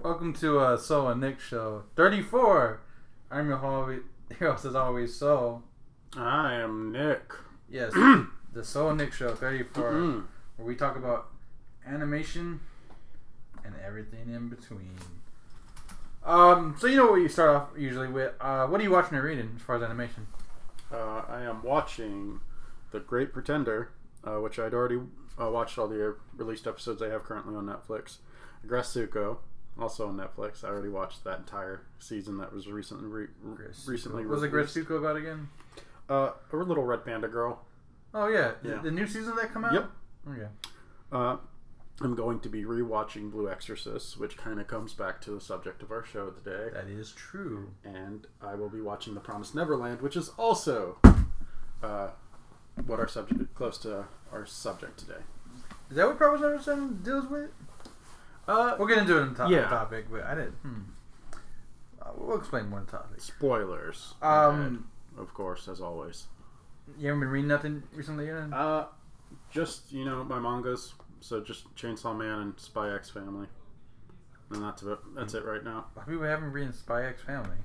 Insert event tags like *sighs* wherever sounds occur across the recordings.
Welcome to uh, So and Nick show 34. I'm *laughs* your hallway, host as always, So. I am Nick. Yes, the So and Nick show 34, Mm. where we talk about animation and everything in between. Um, so you know what you start off usually with. Uh, what are you watching or reading as far as animation? Uh, I am watching The Great Pretender, uh, which I'd already uh, watched all the released episodes I have currently on Netflix. Grasuko, also on Netflix. I already watched that entire season that was recently re- recently was it released. Gretsuko about again? Uh, a little red panda girl. Oh yeah, The- Yeah. The, new season that come out. Yep. Okay. Uh, I'm going to be rewatching Blue Exorcist, which kind of comes back to the subject of our show today. That is true. and I will be watching The Promised Neverland, which is also uh, what our subject close to our subject today. Is that what Promise Anderson deals with? Uh, We'll get into it in the to- Yeah. topic, but I didn't. Hmm. Uh, we'll explain more in topic. spoilers, Um, ahead, of course, as always. you haven't been reading nothing recently, yet? Uh, just you know, my mangas, so just Chainsaw Man and Spy X Family, and that's about that's it right now. A lot of people haven't been reading Spy X Family.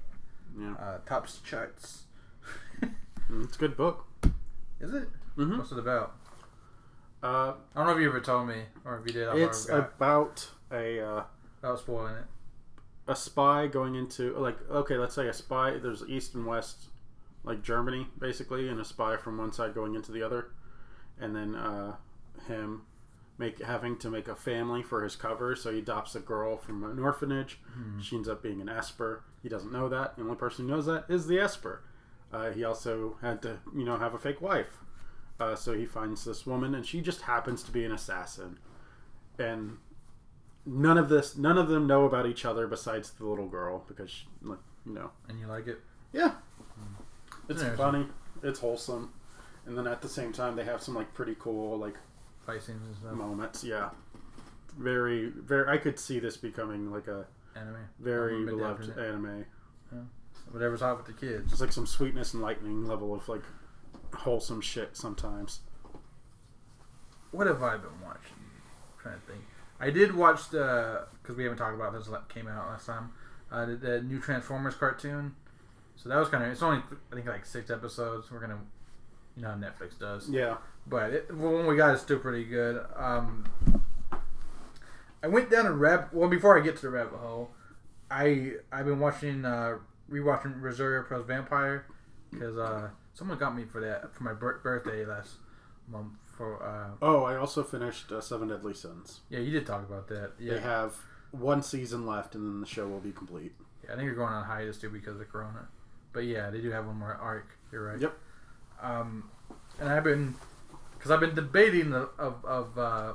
Yeah, Uh, tops charts. *laughs* Mm, it's a good book. is it? Mm-hmm. What's it about? Uh, I don't know if you ever told me, or if you did. I it's forgot. about a. Uh, without spoiling it. a spy going into like okay let's say a spy there's east and west like germany basically and a spy from one side going into the other and then uh, him make having to make a family for his cover so he adopts a girl from an orphanage she ends up being an esper he doesn't know that the only person who knows that is the esper uh, he also had to you know have a fake wife uh, so he finds this woman and she just happens to be an assassin and none of this none of them know about each other besides the little girl because she, like you know And you like it? yeah it's Interesting. funny it's wholesome and then at the same time they have some like pretty cool like Fight scenes and stuff. moments yeah very very i could see this becoming like a Anime. very I'm a bit down for beloved that. anime Whatever's hot with the kids. it's like some sweetness and lightning level of like wholesome shit sometimes What have I been watching? I'm trying to think. I did watch the because we haven't talked about this. That came out last time. Uh, the, the new Transformers cartoon. So that was kind of. It's only I think like six episodes. We're gonna, you know, how Netflix does. yeah But it, the one we got is still pretty good. Um, I went down a rabbit. Well, before I get to the rabbit hole, I I've been watching uh, rewatching Reservoir Pros Vampire because uh, someone got me for that for my bir- birthday last month. For uh, oh i also finished uh, seven deadly sins yeah, you did talk about that. Yeah, they have one season left and then the show will be complete Yeah, I think you're going on hiatus too because of Corona. But yeah, they do have one more arc. You're right. Yep. Um, and I've been, because I've been debating the of of uh,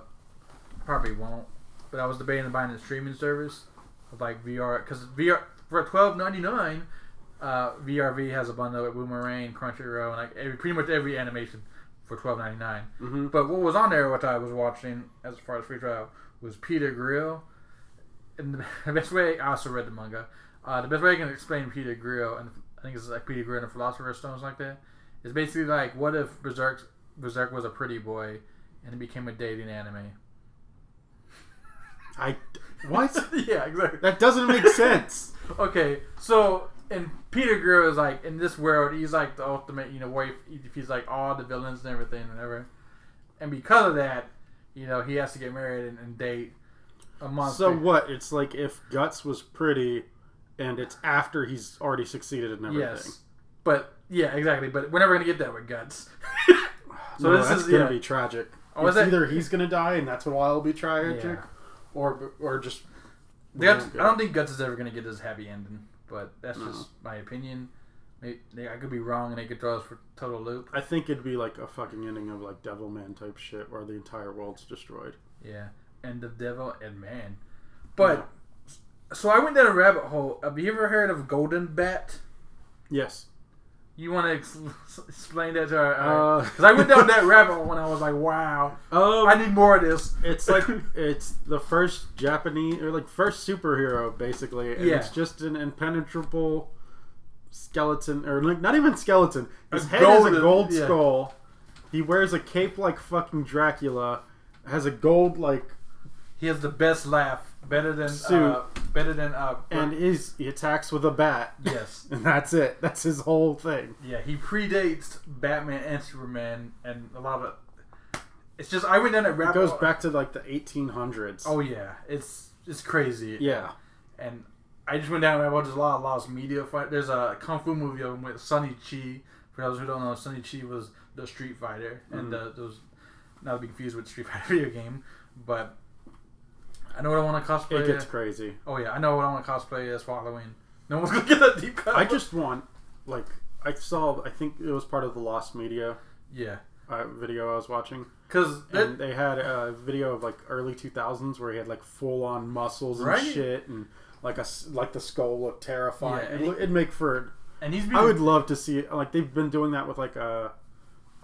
probably won't, but I was debating buying a streaming service of like VR because VR for twelve ninety nine, uh, VRV has a bundle with Boomerang, Crunchyroll, and like every pretty much every animation for twelve ninety nine. mm-hmm. But what was on there, what I was watching as far as free trial, was Peter Grill. And the *laughs* best way, I also read the manga. Uh, the best way I can explain Peter Grill, and I think it's like Peter Grill and the Philosopher's Stones, like that, is basically like what if Berserk, Berserk was a pretty boy and it became a dating anime? i what *laughs* *laughs* yeah, exactly. That doesn't make sense. Okay, so and Peter Grill is like in this world, he's like the ultimate, you know, where he, he's like all the villains and everything, and whatever. And because of that, you know, he has to get married and, and date a monster. so what? It's like if Guts was pretty, and it's after he's already succeeded in everything. yes, but yeah, exactly. But we're never gonna get that with guts. *laughs* so *laughs* No, this that's is gonna yeah. be tragic. Oh, it's is it? either he's gonna die, and that's what I'll be tragic, Yeah. or or just. Guts, Yeah. I don't think Guts is ever gonna get his happy ending, but that's No. just my opinion. May- they- I could be wrong, and they could throw us for total loop. I think it'd be like a fucking ending of like Devilman type shit, where the entire world's destroyed. Yeah, and the devil and man. But so I went down a rabbit hole. Have you ever heard of golden bat? Yes. You want to ex- explain that to our? Uh, Because I went down that rabbit hole and I was like, wow, Um, I need more of this. it's like it's the first Japanese or like first superhero basically, and Yeah. it's just an impenetrable skeleton or like not even skeleton. His A head is golden- a gold yeah. skull. He wears a cape like fucking Dracula. Has a gold like He has the best laugh, better than Suit. uh, better than uh. and is he attacks with a bat, *laughs* *laughs* yes, and that's it. That's his whole thing. yeah, he predates Batman and Superman, and a lot of it. It's just I went down a It rabbit. goes back to like the 1800s. Oh yeah, it's it's crazy. yeah, and I just went down and I watched a lot of Lost Media. Fight. There's a kung fu movie of him with Sonny Chi. For those who don't know, Sonny Chi was the Street Fighter, and uh, Mm-hmm. those not to be confused with Street *laughs* Fighter video game. But I know what I want to it cosplay. gets crazy. oh yeah, I know what I want to cosplay as for Halloween. No one's *laughs* gonna get that deep cut. I just want like I saw. I think it was part of the Lost Media yeah, uh, video I was watching, because and they had a video of like early 2000s where he had like full on muscles and Right? shit, and like a s- like the skull looked terrifying. Yeah, It and loo- it'd make for and he's been I would love to see it. Like they've been doing that with like uh,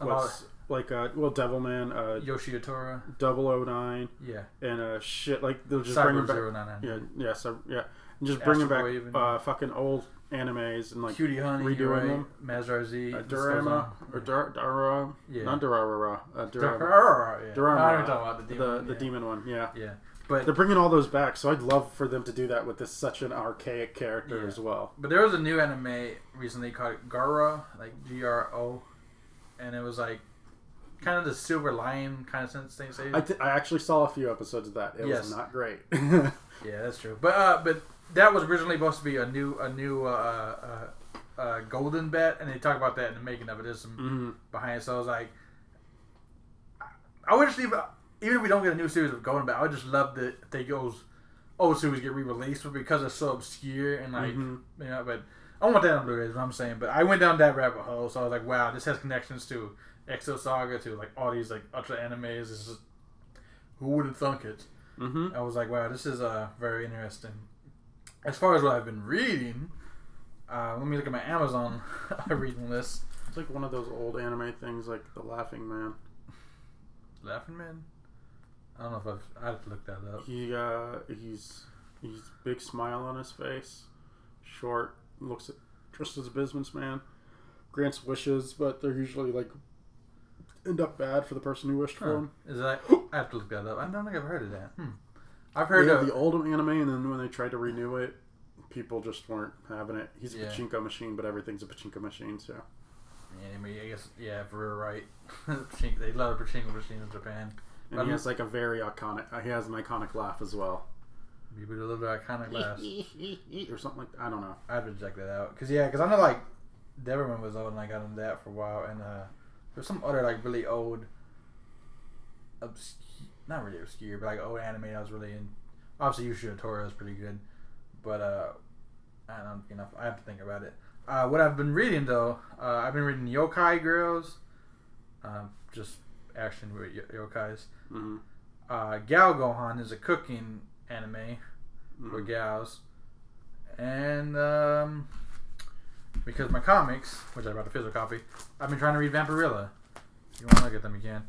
a lot what's like uh, well, Devilman, of uh, Yoshi Otora. 009, Yeah, and uh, shit. Like they'll just Cyber bring them back. Zero Nine Nine. Yeah, yeah, so yeah, and just bringing back Astrowave and- uh, fucking old animes and like Cutie Honey, redoing redoing them. Mazar Z, uh, this goes Dorama on. or Dar Darara, Yeah. not Darara, uh, Durama, Durama. Yeah. I don't know what you're talking about the the demon. the yeah. demon one. Yeah, Yeah, but they're bringing all those back. So I'd love for them to do that with this such an archaic character Yeah. as well. but there was a new anime recently called Gara, like G R O, and it was like kind of the Silver Lion kind of sense thing. Say, I, th- I actually saw a few episodes of that. It Yes. Mm-hmm. was not great. *laughs* yeah, that's true. But uh, but that was originally supposed to be a new a new uh, uh, uh, Golden Bat, and they talk about that in the making of it. There's some hmm behind it, so I was like, I- I would just even even if we don't get a new series of Golden Bat, I would just love that if they goes old series get re released, but because it's so obscure and like. Mhm. You know, but I want that on Blu-ray. Is what I'm saying. But I went down that rabbit hole, so I was like, wow, this has connections to Exo Saga, to like all these like ultra animes. This is who would have thunk it? hmm I was like, wow, this is uh very interesting. As far as what I've been reading, uh, let me look at my Amazon *laughs* reading list. It's like one of those old anime things, like the Laughing Man. Laughing Man. I don't know if I've I have to look that up. He uh, he's he's big smile on his face, short, looks just as a businessman. Grants wishes, but they're usually like end up bad for the person who wished for Huh. him. Is that I have to look that up? I don't think I've heard of that. Hmm. I've They heard had of the old anime, and then when they tried to renew it, people just weren't having it. He's a Yeah. pachinko machine, but everything's a pachinko machine, so Yeah, I mean, I guess yeah, if we're right, *laughs* Pachinko- they love the pachinko machine in Japan. and I'm- he has like a very iconic. uh, He has an iconic laugh *laughs* as well, Maybe a little bit iconic last. or something like I don't know. I have to check that out because yeah, because I know like Devilman was old and I got into that for a while, and uh there's some other like really old, obscure, not really obscure, but like old anime I was really in. Obviously, Yushu Toro is pretty good, but uh, I don't think enough. I have to think about it. Uh, what I've been reading though, uh, I've been reading Yokai Girls, um, just action with yo- yokais. hmm Uh, Gal Gohan is a cooking anime Mm-hmm. for gals. And um, because my comics, which I bought a physical copy, I've been trying to read Vampirilla. If you want to look at them, you can.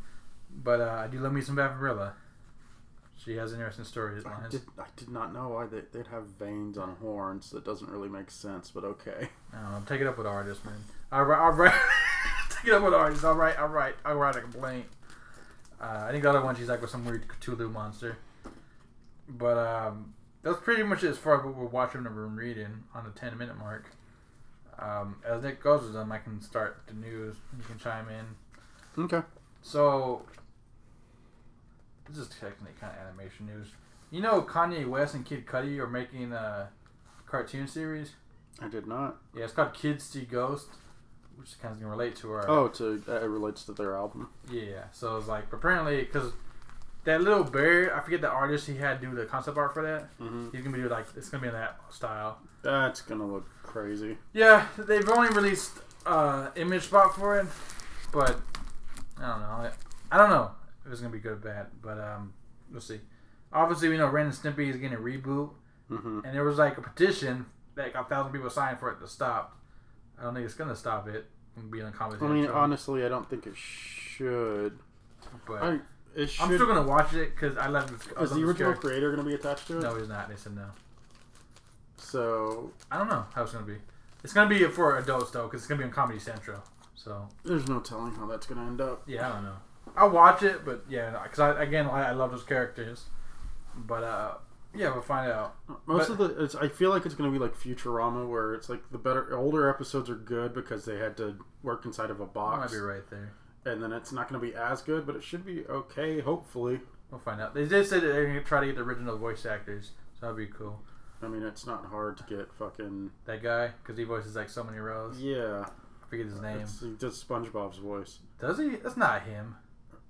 But uh, I do love me some Vampirilla. She has interesting story I lines. did, I did not know why they, they'd have veins on horns. That doesn't really make sense, but okay. I don't know, take it up with artists, man. I write, I write, *laughs* take it up with artists. All right, all right, I write a complaint. Uh, I think the other one she's like with some weird Cthulhu monster. But um, that's pretty much it as far as what we're watching and we're reading on the ten minute mark. Um, as Nick goes with them, I can start the news. You can chime in. Okay. So, this is technically kind of animation news. You know, Kanye West and Kid Cudi are making a cartoon series. I did not. Yeah, it's called Kids See Ghost, which is kind of gonna relate to our. Oh, to uh, it relates to their album. Yeah, so it's like apparently because that little bear, I forget the artist he had do the concept art for that. Mm-hmm. He's gonna be like it's gonna be in that style. That's gonna look crazy. Yeah, they've only released uh image spot for it, but I don't know. I, I don't know if it's gonna be good or bad, but um, we'll see. Obviously, we know Ren and Stimpy is getting a reboot, Mm-hmm. and there was like a petition that got thousand people signed for it to stop. I don't think it's gonna stop it from being a I competition. mean, honestly, I don't think it should. but I it I'm should. still gonna watch it because I love. I is love the original character. creator gonna be attached to it? No, he's not. They said no. So I don't know how it's gonna be. It's gonna be for adults though, because it's gonna be on Comedy Central. So there's no telling how that's gonna end up. yeah, I don't know. I'll watch it, but yeah, because I, again, I, I love those characters. But uh, Yeah, we'll find out. Uh, Most But- of the, it's, I feel like it's going to be like Futurama, where it's like the better older episodes are good because they had to work inside of a I might box, be right there. and then it's not going to be as good, but it should be okay, hopefully. We'll find out. They did say that they're gonna try to get the original voice actors, so that'd be cool. I mean, it's not hard to get fucking That guy, because he voices like so many roles. yeah. I forget his name. It's, he does SpongeBob's voice, Does he? That's not him.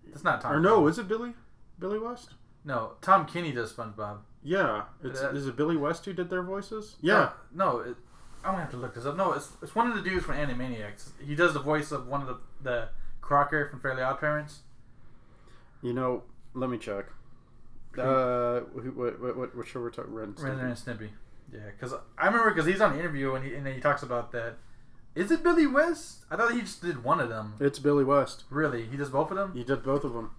That's not Tom. or no? Kenny. Is it Billy? Billy West? no. Tom Kenny does SpongeBob. Yeah, it's, Uh, is it Billy West who did their voices? Yeah, No, it, I'm gonna have to look this up. No, it's, it's one of the dudes from Animaniacs. He does the voice of one of the the Crocker from Fairly Odd Parents. you know. Let me check. Uh, who, what, what, what, what show we're talking? Ren. and Stimpy. Rather and Snippy. Yeah, because I remember because he's on the interview and he and he talks about that. Is it Billy West? I thought he just did one of them. It's Billy West. Really, he does both of them. You did both of them.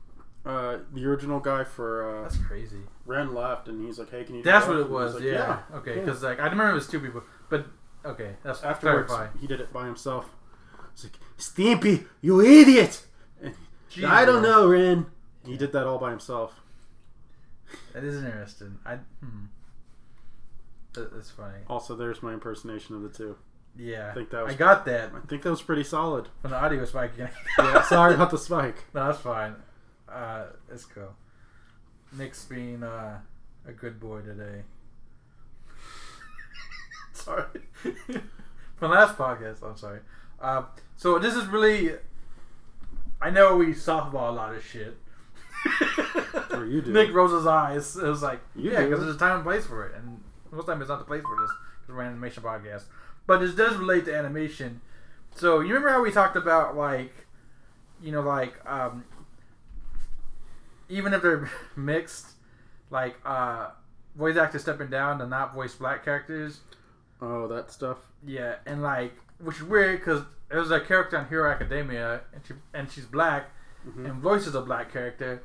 Uh, the original guy for uh, That's crazy. Ren left, and he's like, "Hey, can you?" do That's both?" what it And was. he's like, yeah. Okay, yeah." because like I remember it was two people, but okay, that's Afterwards, clarify. he did it by himself. He's like, "Stimpy, you idiot!" And, I don't know, Ren. He did that all by himself. That is interesting. I. Hmm. That, that's funny. Also, there's my impersonation of the two. Yeah, I think that was. I I, got that think that was pretty solid. from the audio spike again. *laughs* Yeah, sorry about the spike. No, that's fine. Uh, it's cool. Nick's being uh, a good boy today. *laughs* sorry. *laughs* From last podcast, I'm sorry. Uh, so this is really. I know we softball a lot of shit. Or you *laughs* do. Nick Rose's eyes. It was like, You yeah, do. because there's a time and place for it, and most time it's not the place for this because we're an animation podcast. But this does relate to animation. So you remember how we talked about like, you know, like um, even if they're *laughs* mixed, like uh, voice actors stepping down to not voice black characters. Oh, that stuff. Yeah, and like, which is weird because there was a character on Hero Academia, and she and she's black, Mhm. and voices a black character,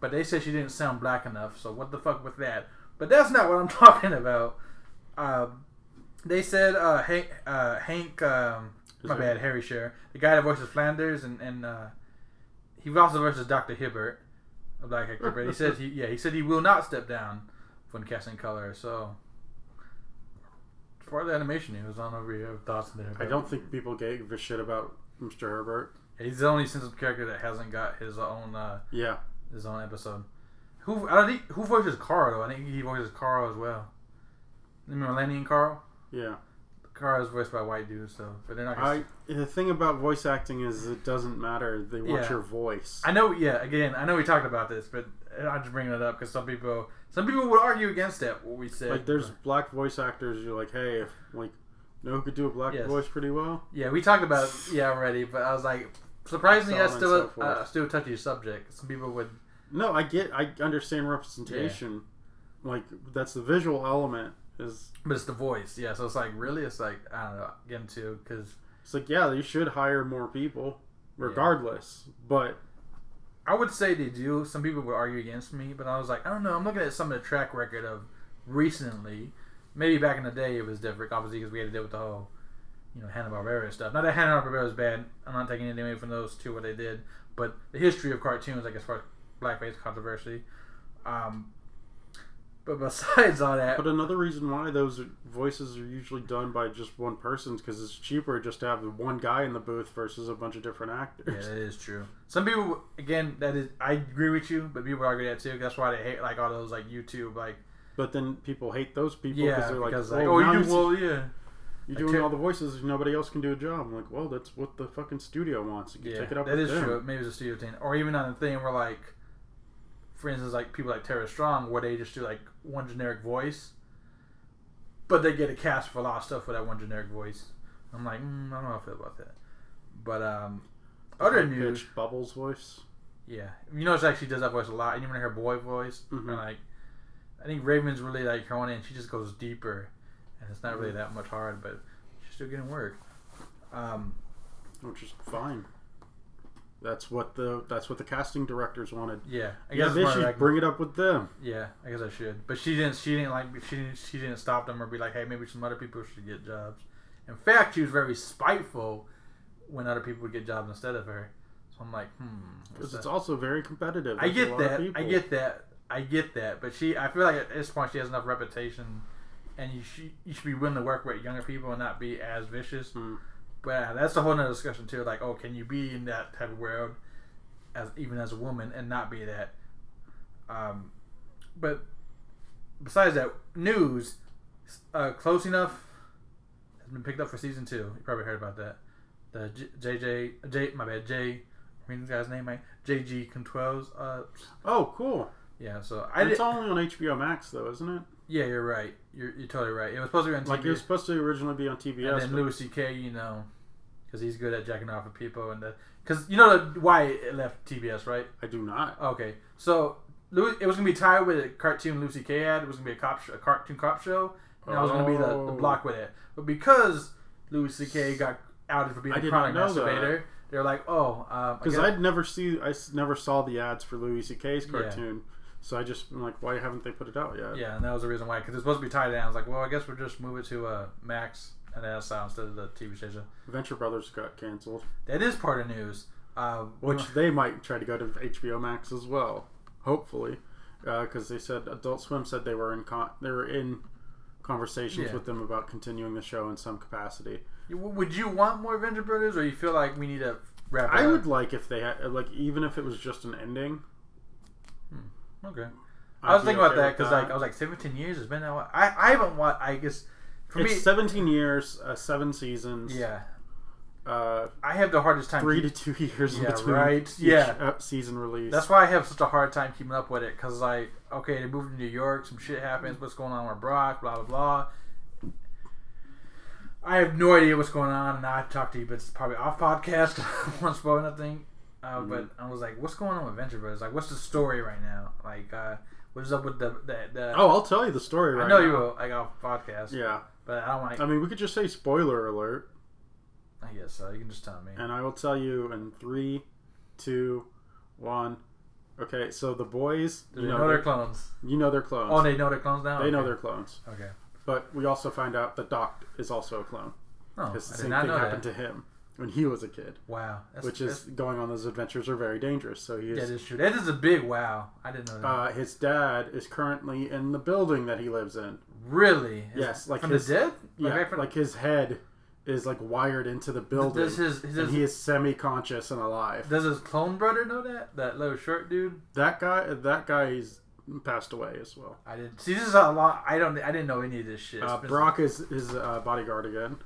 but they said she didn't sound black enough. So what the fuck with that? But that's not what I'm *laughs* talking about. Um, they said uh, Hank, uh, Hank, um, Is my it- bad, Harry Shearer, the guy that voices Flanders, and and uh, he also voices Doctor Hibbert, a black actor. But he said he yeah he said he will not step down when casting color. So. it's Part of the animation news, I don't know if you have thoughts there. I but- don't think people gave a shit about Mr. Herbert. He's the only sensitive character that hasn't got his own uh, Yeah, his own episode. Who I don't think who voices Carl though? I think he voices Carl as well. Remember Lenny and Carl? yeah. Carl is voiced by white dudes though, but they're not. Gonna I the thing about voice acting is it doesn't matter. They want Yeah. your voice. I know. Yeah. Again, I know we talked about this, but I'm just bringing it up because some people some people would argue against that what we said. like there's black voice actors. You're like, hey, if, like, you know who could do a black Yes. voice pretty well? yeah, we talked about it, yeah already, but I was like, surprisingly, So on that's still and so a, uh, forth. still a touchy subject. Some people would. No, I get, I understand representation. Like that's the visual element. Is But it's the voice, yeah. So it's like, really, it's like I don't know, getting to because it's like, yeah, you should hire more people, regardless. But I would say they do. Some people would argue against me, but I was like, I don't know. I'm looking at some of the track record of recently. Maybe back in the day it was different, obviously, because we had to deal with the whole, you know, Hanna Barbera stuff. Not that Hanna Barbera is bad. I'm not taking anything away from those two what they did, but the history of cartoons, like as far as blackface controversy. Um, but besides all that, but another reason why those voices are usually done by just one person because it's cheaper just to have one guy in the booth versus a bunch of different Yeah, actors. that is true. Some people, again, that is, I agree with you, but people argue that too. That's why they hate like all those like YouTube, like But then people hate those people yeah, because they're like, because oh, like, oh, now you it's- do well, yeah. You're Like, doing ter- all the voices. Nobody else can do a job. I'm like, well, that's what the fucking studio wants. You can Yeah, take it up that with is them. true. Maybe it's a studio thing, or even on the thing where like, for instance, like people like Tara Strong, where they just do like one generic voice, but they get a cast for a lot of stuff for that one generic voice. I'm like, mm, I don't know how I feel about that. But um, other High-pitched news, Bubbles voice. yeah, you know, she actually does that voice a lot. And even her boy voice, Mhm. and like, I think Raven's really like her one, and she just goes deeper, and it's not really Mhm. that much hard, but she's still getting work. Um, Which is fine. That's what the that's what the casting directors wanted. yeah, I yeah, guess it's more bitch, you like- bring it up with them. Yeah, I guess I should. But she didn't. She didn't like. She didn't. She didn't stop them or be like, "Hey, maybe some other people should get jobs." In fact, she was very spiteful when other people would get jobs instead of her. So I'm like, hmm. what's Because it's that? also very competitive. I There's a get lot of that. I people. get that. I get that, but she, I feel like at this point she has enough reputation, and you should you should be willing to work with younger people and not be as vicious. Mm. But uh, that's a whole nother discussion too. Like, oh, can you be in that type of world as even as a woman and not be that? Um, but besides that, news uh, close enough has been picked up for season two. You probably heard about that. The J- JJ J my bad J. I mean, this guy's name, right? JG Control's. Uh, Oh, cool. yeah, so I And did. it's only on HBO Max though, isn't it? yeah, you're right. You're, you're totally right. It was supposed to be on TV. Like it was supposed to originally be on and TBS. then but- Louis C.K., you know, because he's good at jacking off with people, and the because you know the, why it left TBS, right? I do not. Okay, so Louis, it was gonna be tied with a cartoon Louis C.K. ad. It was gonna be a cop, sh- a cartoon cop show, and that was gonna be the, the Oh. block with it. But because Louis C.K. got outed for being I a did chronic not know that. masturbator, they're like, oh, um, I Because guess- I'd never see, I s- never saw the ads for Louis C.K.'s Yeah. cartoon, so I just I'm like, why haven't they put it out yet? yeah, and that was the reason why because it's supposed to be tied down. I was like, well, I guess we'll just move it to uh, Max and that's out instead of the TV station. Venture Brothers got canceled, That is part of news. Uh, which they might try to go to HBO Max as well, hopefully, because they said Adult Swim said they were in con- they were in conversations Yeah. with them about continuing the show in some capacity. You- Would you want more Venture Brothers, or you feel like we need to wrap it I up? would like if they had uh, like even if it was just an ending. Okay. I'd I was be thinking okay about that with because like I was like 17 years has been that. Long. I I haven't watched. I guess for it's me, 17 years, uh, seven seasons, yeah, uh, I have the hardest time. three to keep- two years in Yeah, between right, each yeah. uh, season release. That's why I have such a hard time keeping up with it because like okay, they moved to New York, some shit happens. What's going on with Brock? Blah blah blah. I have no idea what's going on, and I talked to you, but it's probably off podcast. *laughs* 'cause I haven't spoken nothing. Uh, Mm-hmm. But I was like, "What's going on with Venture Brothers? Like, what's the story right now? Like, uh, what's up with the the, the Oh, I'll tell you the story right I know now. you will. I got a podcast, Yeah. but I don't want I to. mean, we could just say spoiler alert, I guess so. You can just tell me. and I will tell you in three, two, one. Okay, so the boys, Do you they know, know they're they're, clones? you know they're clones. Oh, they know they're clones now. they know Okay. they're clones. Okay. But we also find out that Doc is also a clone Oh, because the I did same not thing know happened that. to him when he was a kid, Wow, that's, which is going on those adventures are very dangerous. So he that's, is. that is true. That is a big wow. I didn't know that. uh, his dad is currently in the building that he lives in. really? Is- yes, like from his- the dead? Yeah, back from- like his head is like wired into the building. does his does, and he is semi-conscious and alive. does his clone brother know that? That little short dude? That guy, that guy's passed away as well. I didn't see. This is a lot. I don't. I didn't know any of this shit. Uh, It's been- Brock is his uh, bodyguard again.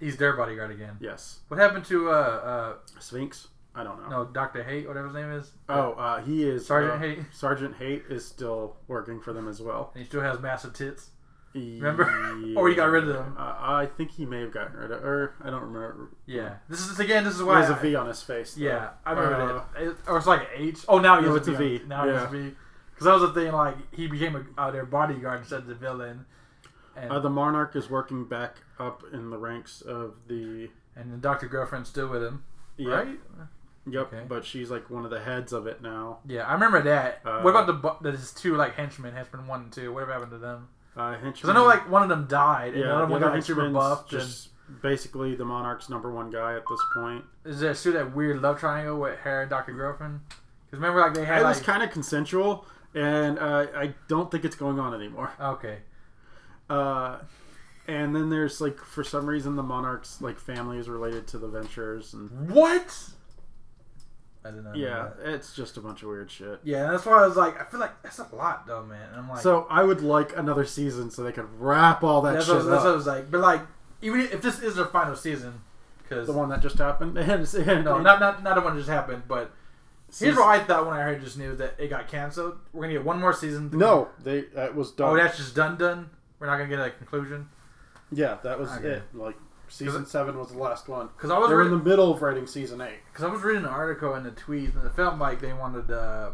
he's their bodyguard again. Yes, What happened to uh Sphinx. I don't uh know. no Doctor Hate whatever his name is? Oh, uh, he is Sergeant uh, Hate. Sergeant Hate is still working for them as well. And he still has massive tits. Remember? *laughs* Or he Yeah. got rid of them. Uh, I think he may have gotten rid of, or I don't remember. Yeah. This is again. This is He why. has a I- V on his face. though. Yeah, I remember Uh, that. It, or it's like an H. Oh, now he No, has it's a V. V. Now he has Yeah. a V. Because that was the thing. Like he became a, uh, their bodyguard instead of the villain. And Uh, the Monarch is working back up in the ranks of the. E and the Doctor Girlfriend's still with him, Yep, right? Yep. Okay. But she's like one of the heads of it now. Yeah, I remember that. Uh, what about the bu- the- his two like henchmen, henchmen one and two? Whatever happened to them? Uh, Because I know like one of them died, and Yeah, the other one the got other like, super henchman's buffed. just basically the monarch's number one guy at this point. And is there still that weird love triangle with her and Doctor Girlfriend? Because remember like they had it was like kind of consensual, and uh, I don't think it's going on anymore. okay, Uh, and then there's like for some reason the monarch's like family is related to the ventures, and what? I didn't know. yeah, that. it's just a bunch of weird shit. yeah. That's why I was like, I feel like that's a lot though, man. And I'm like, So I would like another season so they could wrap all that That's, shit what, that's what I up. was like. But like, even if this is their final season, because The one that just happened. *laughs* And, and, no, not not not the one that just happened. But here's season- what I thought when I heard this news that it got canceled. We're gonna get one more season. no, they that was done. oh, that's just done. Done. We're not gonna get a conclusion. yeah, that was Okay. it. Like season seven was the last one. Because I was They're in the reading, middle of writing season eight. because I was reading an article in the tweets, and it felt like they wanted to uh,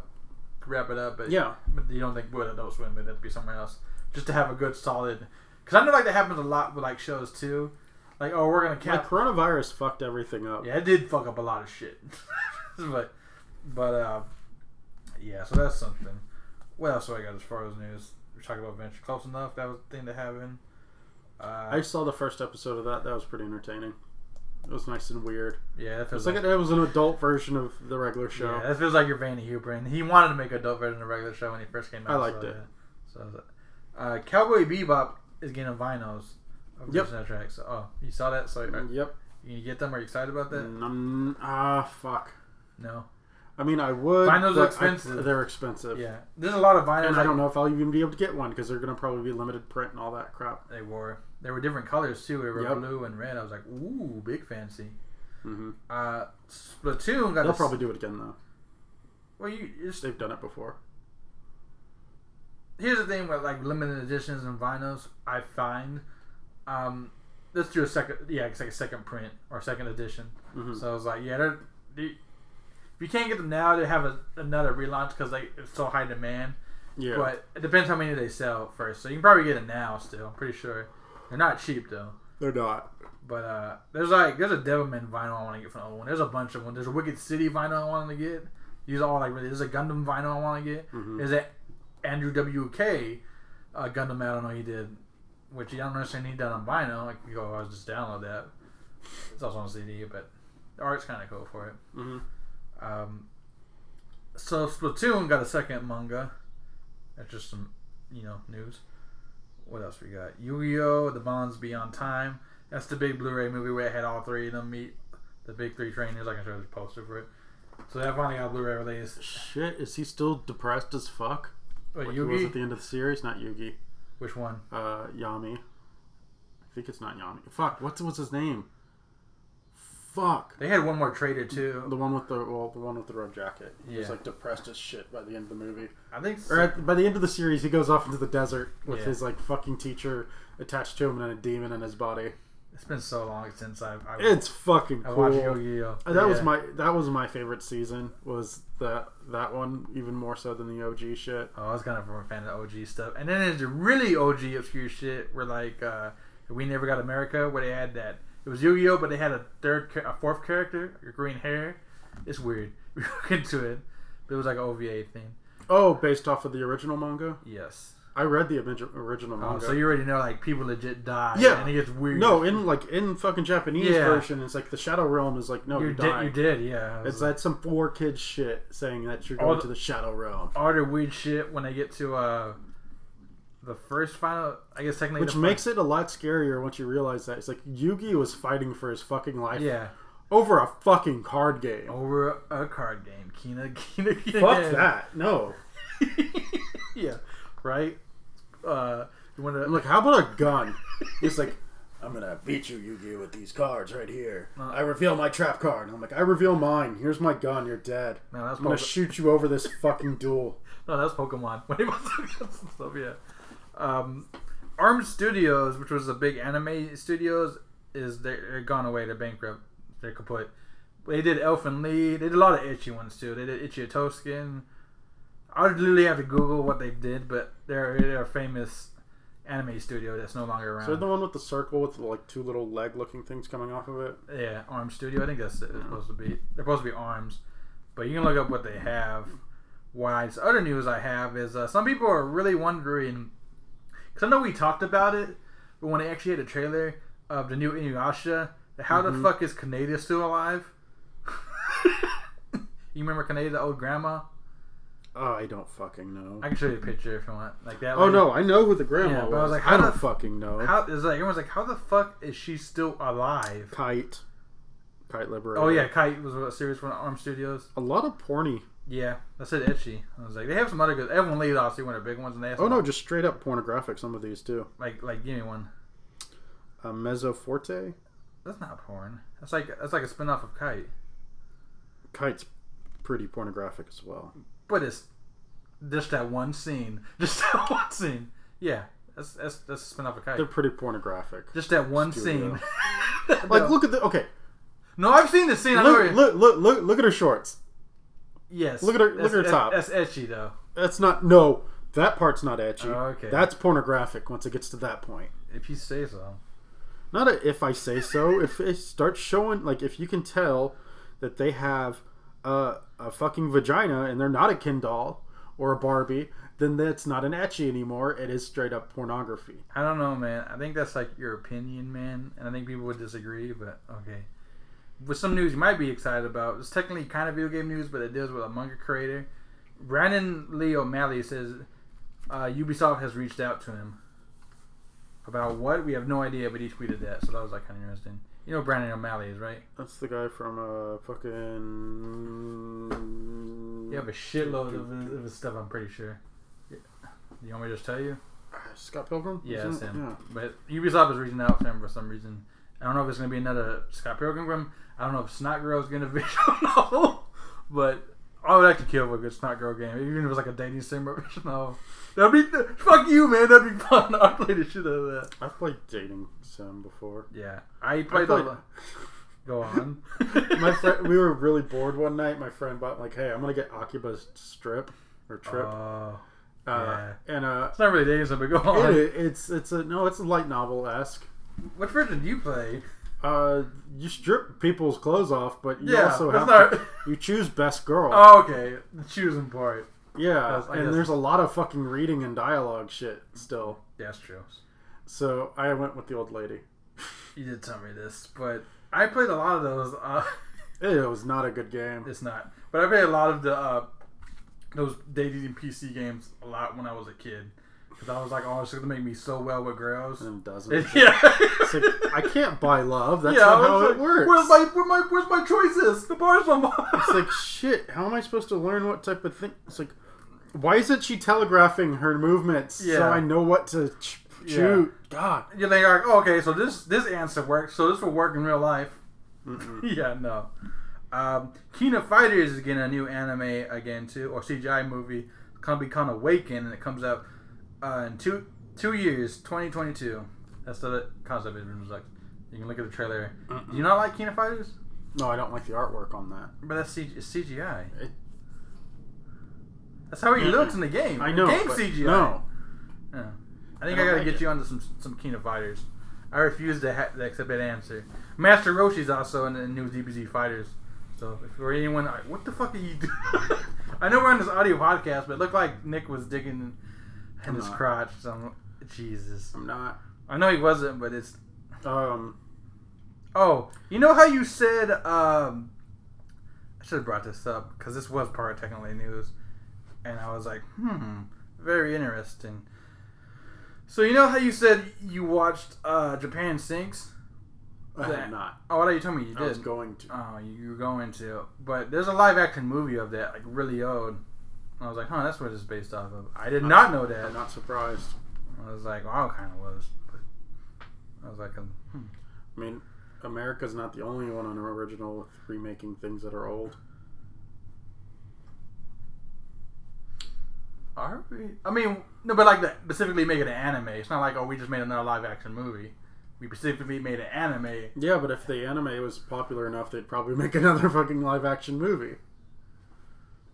wrap it up. But Yeah. but you don't think would Adult Swim? It'd be somewhere else. Just to have a good solid. Because I know like that happens a lot with like shows too. Like oh, we're gonna Yeah, cap. coronavirus fucked everything up. Yeah, it did fuck up a lot of shit. *laughs* but but uh yeah, so that's something. What else do I got as far as news? We're talking about venture close enough. That was the thing to happen. Uh, I saw the first episode of that. That was pretty entertaining. It was nice and weird. Yeah, that It feels was like it was an adult version of the regular show. Yeah, that feels like your Vanny Huber, and he wanted to make an adult version of regular show when he first came out. I liked so, it. yeah. So, uh, Cowboy Bebop is getting vinyls of Yep. original tracks. oh, you saw that? So are, Yep. you gonna get them? Are you excited about that? Mm, ah, fuck. No. I mean, I would. Vinyls are but I- expensive. they're expensive. Yeah, there's a lot of vinyls. And I like- don't know if I'll even be able to get one because they're gonna probably be limited print and all that crap. They wore. They were different colors too. They were Yep. blue and red. I was like, ooh, big fancy. hmm Uh, Splatoon got. a They'll s- probably do it again though. Well, you it's, They've done it before. here's the thing with like limited editions and vinyls. I find, um, let's do a second. Yeah, it's like a second print or second edition. Mhm. So I was like, yeah, they're, they, if you can't get them now, they have a, another relaunch because like it's so high demand. Yeah. But it depends how many they sell first. So you can probably get it now. Still, I'm pretty sure they're not cheap though. They're not. But uh, there's like there's a Devilman vinyl I want to get from the old one. There's a bunch of them. There's a Wicked City vinyl I want to get. These are all like really. There's a Gundam vinyl I want to get. Mhm. There's a Andrew WK uh, Gundam I don't know he did, which I don't necessarily need that on vinyl. Like you go, I was just download that. It's also on CD, but the art's kind of cool for it. hmm Um, so Splatoon got a second manga. That's just some, you know, news. What else we got? Yu-Gi-Oh! The Bonds Beyond Time. That's the big Blu-ray movie where it had all three of them meet the big three trainers. I can show you the poster for it. So that finally got a Blu-ray release. Shit, is he still depressed as fuck? Wait, Like he was Yugi? at the end of the series, not Yugi. Which one? Uh, Yami. I think it's not Yami. Fuck, what was his name? Fuck. They had one more trader too. The one with the well, the one with the red jacket. He was Yeah. like depressed as shit by the end of the movie. I think. Or at, by the end of the series, he goes off into the desert with Yeah. his like fucking teacher attached to him and a demon in his body. It's been so long since I've I, It's fucking I cool. watched Yu-Gi-Oh. Uh, That was Yeah. my that was my favorite season. Was that that one even more so than the OG shit? Oh, I was kind of a fan of OG stuff. And then there's the really OG obscure shit where like uh, we never got America, where they had that it was Yu-Gi-Oh, but they had a third, cha- a fourth character, like green hair. It's weird. *laughs* We look into it, but it was like an OVA thing. Oh, based off of the original manga. Yes. I read the orig- original Oh, manga. so you already know like people legit die. Yeah. And it gets weird. No, in like in fucking Japanese Yeah. version, it's like the Shadow Realm is like no, you're you're, dead. dying. You did, yeah. It was It's that's some poor kid shit saying that you're All going the- to the Shadow Realm, all the weird shit when they get to uh, the first final. I guess technically, which the makes it a lot scarier once you realize that. It's like Yugi was fighting for his fucking life yeah Oh, over a fucking card game. over a card game. Kina, *laughs* Kina, Kina. Fuck Kina. that, no. *laughs* yeah, right. Uh, you want I'm to? like, how about *laughs* a gun? He's like, I'm gonna beat you, Yu-Gi-Oh, with these cards right here. Uh. I reveal my trap card. and I'm like, I reveal mine. Here's my gun. You're dead. No, that's I'm gonna Pokemon. shoot you over this fucking duel. no, that's Pokemon. *laughs* When he was some stuff, yeah. Um, Arm Studios, which was a big anime studios, is they're, they're gone away. They're bankrupt. They're kaput. They did Elf and Lee. They did a lot of itchy ones too. They did Itchy Toskin. I would literally have to Google what they did, but they're they're a famous anime studio that's no longer around. So the one with the circle with like two little leg looking things coming off of it. Yeah, Arm Studio. I think that's Oh. it's supposed to be. They're supposed to be Arms, but you can look up what they have. Why? So other news I have is uh, some people are really wondering because I know we talked about it, but when they actually had a trailer of the new Inuyasha, how Mm-hmm. the fuck is Kaneda still alive? *laughs* you remember Kaneda, the old grandma? Oh, I don't fucking know. I can show you a picture if you want. Like that. Oh lady. no, I know who the grandma Yeah, but was. I I was like, how I don't the- fucking know. How is like everyone's like, how the fuck is she still alive? Kite, Kite Liberator. Oh yeah, Kite was a series from Arm Studios. a lot of porny. Yeah, I said itchy. I was like, they have some other good. Everyone leaves obviously one of the big ones, and they have Oh some, no, just straight up pornographic. Some of these too. like like give me one. Uh, Mezzo Forte, That's not porn. That's like that's like a spin off of Kite, Kite's pretty pornographic as well. but it's just that one scene, *laughs* just that one scene. Yeah, that's that's that's a spin off of Kite. They're pretty pornographic. just that one Studio. scene. *laughs* Like, look at the okay. no, I've seen the scene. I know Look, it- look, look, look, look at her shorts. yes, look at her- look That's- at her that- top. That's etchy though. That's not no. That part's not edgy. Oh, okay. That's pornographic. Once it gets to that point. If you say so. not a if I say so. if it starts showing, like if you can tell that they have a, a fucking vagina and they're not a Ken doll or a Barbie, then that's not an etchy anymore. It is straight up pornography. I don't know, man. I think that's like your opinion, man, and I think people would disagree. But okay, with some news you might be excited about. It's technically kind of video game news, but it deals with a manga creator. Brandon Lee O'Malley says uh, Ubisoft has reached out to him. About what? We have no idea, but he tweeted that, so that was like kind of interesting. You know who Brandon O'Malley is, right? That's the guy from uh fucking. You have a shitload of his, of his stuff, I'm pretty sure. Yeah. You want me to just tell you? Scott Pilgrim. Yeah, Isn't it's it? him. Yeah. But Ubisoft is reaching out to him for some reason. I don't know if it's going to be another Scott Pilgrim. I don't know if Snot Girl is going to be. *laughs* I don't know. But I would like to kill for a good Snot Girl game. Even if it was like a dating sim *laughs* No. That'd be. Fuck you, man. That'd be fun. *laughs* I'd play the shit out of that. I've played dating sim before. Yeah. I played, I played- the. Go *laughs* on. *laughs* my friend, we were really bored one night. My friend bought like, "Hey, I'm gonna get Akiba's strip or trip," Oh, uh, and uh, it's not really dating sim, but go it, on. it's it's a no, it's a light novel esque. Which version do you play? Uh, you strip people's clothes off, but you Yeah, also that's not- have to, *laughs* you choose best girl. Oh, okay. The choosing part. yeah, that's- I and guess- there's a lot of fucking reading and dialogue shit still. Yeah, that's true. So I went with the old lady. You did tell me this, but I played a lot of those. Uh, *laughs* It was not a good game. it's not, but I played a lot of the uh, those dating PC games a lot when I was a kid because I was like, "Oh, it's gonna make me so well with girls." *laughs* And it doesn't. yeah, It's yeah. like, I *laughs* can't buy love. That's I not was how it like, works. Where's my *laughs* where my where's my choices? The bar's on. *laughs* It's like shit. How am I supposed to learn what type of thing? It's like, why isn't she telegraphing her movements so Yeah. I know what to ch- Yeah. shoot? God, you're like, oh, okay, so this this answer works. So this will work in real life. *laughs* yeah, no. Um, King of Fighters is getting a new anime again too, or CGI movie, gonna be called Awaken, and it comes out uh, in two two years, 2022. That's the concept it was like. You can look at the trailer. Do you not like King of Fighters? no, I don't like the artwork on that. But that's C- it's CGI. It- That's how he Mm-mm. looks in the game. I The know. game but CGI. No, Yeah. I think I I, don't gotta like get it. you onto some some Kina fighters. I refuse to, ha- to accept that answer. Master Roshi's also in the new DBZ fighters. So if you're anyone, like, what the fuck are you doing? *laughs* I know we're on this audio podcast, but it looked like Nick was digging in I'm his not. crotch. So I'm, Jesus, I'm not. I know he wasn't, but it's. Um, Oh, you know how you said? Um, I should have brought this up because this was part of technically news, and I was like, hmm, very interesting. So you know how you said you watched uh, Japan Sinks? I That- am not. Oh, I thought you told me you I was did. going to. oh, you you were going to, but there's a live action movie of that, like really old. And I was like, huh, that's what it's based off of. I did not know that. I'm not surprised. I was like, wow, kind of was. But I was like, um, hmm. I mean, America's not the only one on original with remaking things that are old. Are we? I mean, no, but like that specifically make it an anime. It's not like oh, we just made another live action movie. We specifically made an anime. Yeah, but if the anime was popular enough, they'd probably *laughs* make another fucking live action movie.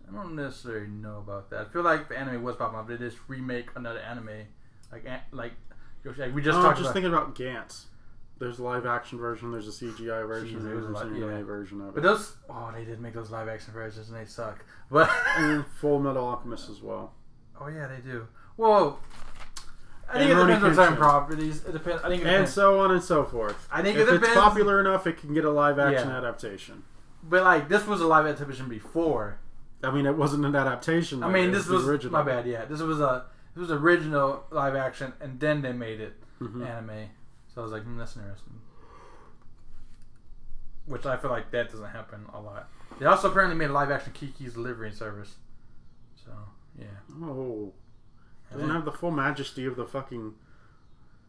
I don't necessarily know about that. I feel like the anime was popping up. They just remake another anime, like an- like, like we just No, I'm talked Oh, just about. thinking about Gantz. There's a live action version, there's a CGI version, Jeez, there's there's a lot- an anime yeah. version of but it. those oh, they did make those live action versions and they suck. But *laughs* and Mm, Full Metal Alchemist as well. oh yeah, they do. Whoa. I think And it Rurouni depends on certain Kenshin. properties. It depends. I think it And depends. so on and so forth. I think if it it's depends. popular enough, it can get a live action Yeah. adaptation. But like this was a live adaptation before. I mean, it wasn't an adaptation. I like, mean, it this the was original. my bad. Yeah, this was a this was original live action, and then they made it Mhm. anime. So I was like, hmm, that's interesting. Which I feel like that doesn't happen a lot. They also apparently made a live action Kiki's Delivery Service. So yeah, Oh, And doesn't they- have the full majesty of the fucking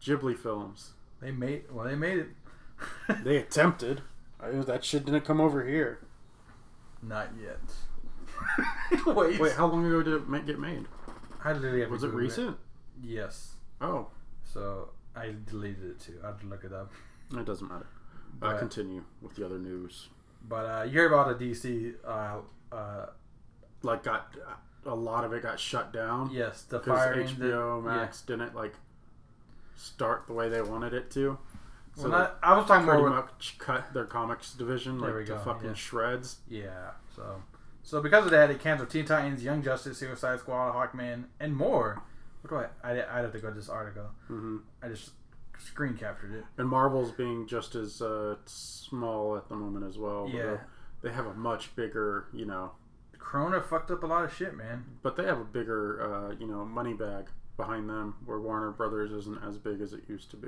Ghibli films. they made well, they made it. They attempted. I, that shit didn't come over here. *laughs* Not yet. *laughs* Wait, Wait, how long ago did it ma- get made? I literally have to Was it Google recent? Yes. Oh, So I deleted it too. I had to look it up. it doesn't matter. uh, But- continue with the other news. But uh, you heard about the DC? Uh, uh, like got a lot of it got shut down yes, the because firing. the- HBO yeah. Max didn't like start the way they wanted it to. So Well, not, I was talking they pretty more. With, much cut their comics division There we like to go, fucking yeah. shreds. yeah. So, so because of that, they canceled Teen Titans, Young Justice, Suicide Squad, Hawkman, and more. What do I? I, I have to go to this article. hmm I just screen captured it. And Marvel's being just as uh, small at the moment as well. but, uh, Yeah. They have a much bigger, you know, Corona fucked up a lot of shit, man. but they have a bigger, uh, you know, money bag behind them where Warner Brothers isn't as big as it used to be.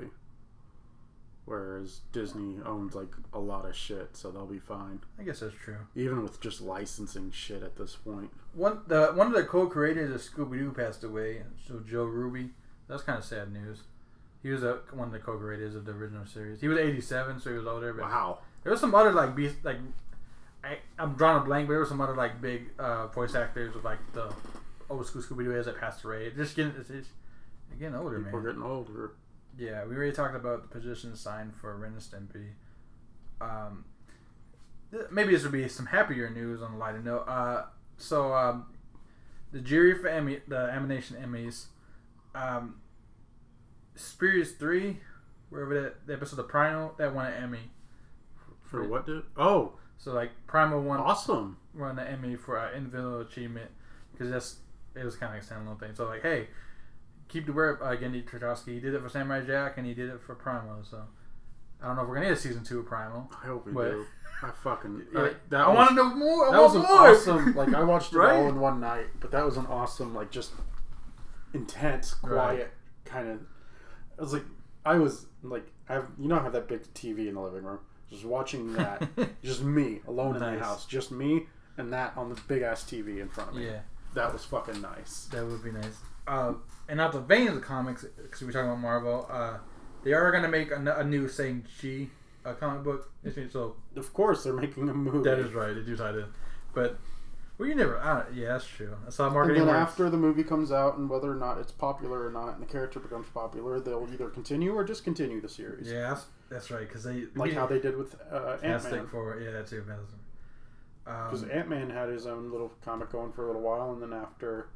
Whereas Disney owns like a lot of shit, so they'll be fine. I guess that's true. Even with just licensing shit at this point. One the one of the co-creators of Scooby Doo passed away, so Joe Ruby. That's kind of sad news. He was a, one of the co-creators of the original series. He was 87, so he was older. But Wow. There was some other like beast like I, I'm drawing a blank, but there were some other like big uh, voice actors with like the old school Scooby Doo as that passed away. It's Just getting it's, it's you're getting older, People are man. getting older. Yeah, we already talked about the position signed for Ren and Stimpy. Um, th- maybe this would be some happier news on a lighter note. Uh, so um, the jury for Emmy, the Emanation Emmys, um, Spirits Three, wherever that the episode of Primal that won an Emmy. For what dude? Oh, So like Primal won awesome. won the Emmy for uh, individual achievement because that's it was kind of like a standalone thing. So like, hey, keep the word uh, Gendy Tartakovsky. He did it for Samurai Jack and he did it for Primal. So I don't know if we're gonna get a season two of Primal. I hope we What? do. I fucking Like, like, that I was- want to know more. I That was want an more. *laughs* awesome. Like I watched it all Right? in one night, but that was an awesome, like just intense, quiet kind of. I was like, I was like, I have, you know, I have that big TV in the living room, just *laughs* watching that, just me alone in Nice. the house, just me and that on the big ass TV in front of me. yeah, That was fucking nice. that would be nice. Uh, and out the vein of the comics, because we were talking about Marvel, uh, they are gonna make a, n- a new Shang Chi uh, comic book. So Of course, they're making a movie. that is right. They do tie it in, but well, you never. I don't, yeah, that's true. That's how And marketing then works. after the movie comes out, and whether or not it's popular or not, and the character becomes popular, they'll either continue or discontinue the series. Yeah, that's, that's right. Because they Like how they did with uh, Ant Man. Fantastic Four. Yeah, that's it. That's- Because Um, Ant Man had his own little comic going for a little while, and then after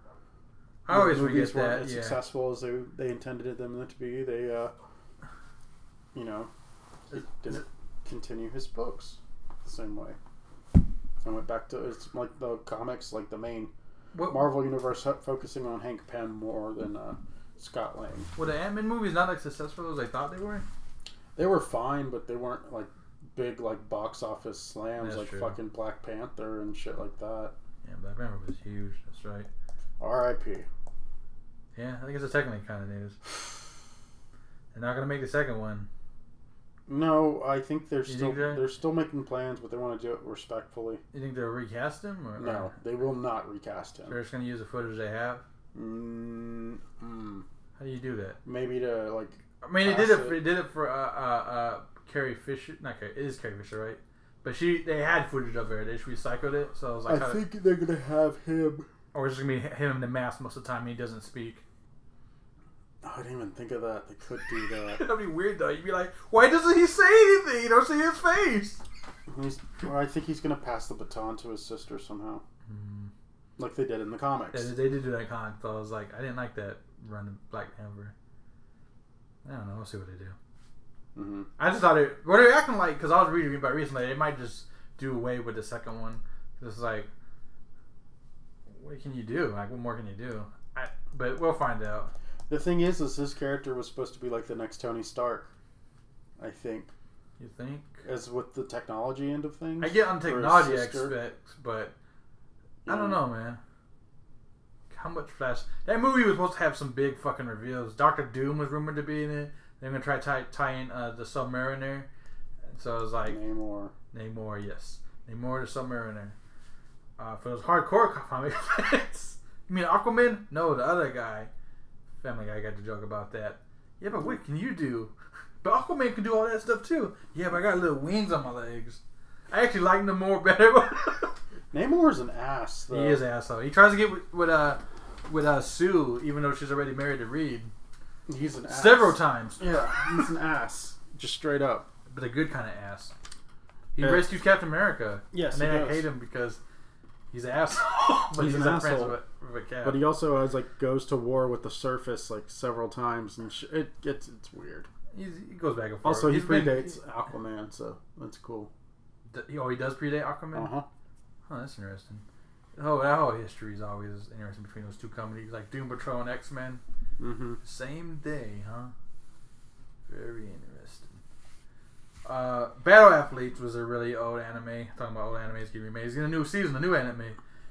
I always the forget weren't that. as Yeah, successful as they they intended them to be, they uh, you know Is- didn't continue his books the same way. I went back to it's like the comics, like the main what, Marvel universe, ho- focusing on Hank Pym more than uh, Scott Lang. were the Ant Man movies not as successful as I thought they were? They were fine, but they weren't like big like box office slams That's like true. fucking Black Panther and shit like that. Yeah, Black Panther was huge. That's right. R.I.P. *sighs* *sighs* Yeah, I think it's a technically kind of news. They're not gonna make the second one. No, I think they're think still they're- they're still making plans, but they want to do it respectfully. You think they'll recast him? Or, No, they will not recast him. they're just gonna use the footage they have. Mm, mm, How do you do that? maybe to like I mean, they did it. Classic. For, they did it for uh, uh, uh, Carrie Fisher. Not Carrie. It is Carrie Fisher, right? But she, they had footage of her. They just recycled it. So I was like, how- I think they're gonna have him. or it's just gonna be him in the mask most of the time. and He doesn't speak. *laughs* Oh, I didn't even think of that. They could do that. *laughs* That'd be weird though. You'd be like, why doesn't he say anything? You don't see his face. He's, or I think he's gonna pass the baton to his sister somehow, like they did in the Mm. Yeah, comics. they, they did do that comic, so I was like, I didn't like that run of Black Panther. I don't know. We'll see what they do. hmm I just thought it. What are you acting like? Because I was reading about it recently, they might just do away with the second one. 'Cause It's like, what can you do? Like, what more can you do? I, but we'll find out. The thing is, is his character was supposed to be like the next Tony Stark. I think, You think? as with the technology end of things. I get on For his technology sister. aspects, but I Yeah. don't know, man. How much flash? That movie was supposed to have some big fucking reveals. Doctor Doom was rumored to be in it. They're gonna try to tie, tie in uh, the Submariner. So I was like, Namor. Namor, yes, Namor the Submariner. Uh, for those hardcore *laughs* comic fans, you mean Aquaman? No, the other guy. Family Guy got to joke about that. Yeah, but what can you do? *laughs* But Aquaman can do all that stuff too. Yeah, but I got little wings on my legs. I actually like Namor *laughs* *laughs* better. Namor's an ass, though. He is an asshole. He tries to get with, with uh with uh Sue, even though she's already married to Reed, He's an ass. several times. Yeah, he's an ass. Just straight up. But a good kind of ass. He Yeah. rescues Captain America. Yes, and he then I does. hate him because he's an asshole. *laughs* but He's he's, an not friends asshole. with, with Cap. But he also has like goes to war with the surface like several times, and sh- it gets it's weird. he's, he goes back and forth. Also, he He's been- predates Aquaman, so that's cool. he- oh, he does predate Aquaman. Uh huh. Oh, that's interesting. Oh, that whole history is always interesting between those two companies, like Doom Patrol and X Men. Mm-hmm. Same day, huh? Very interesting. Uh, Battle Athletes was a really old anime. Talking about old animes getting remade. It's in a new season, a new anime.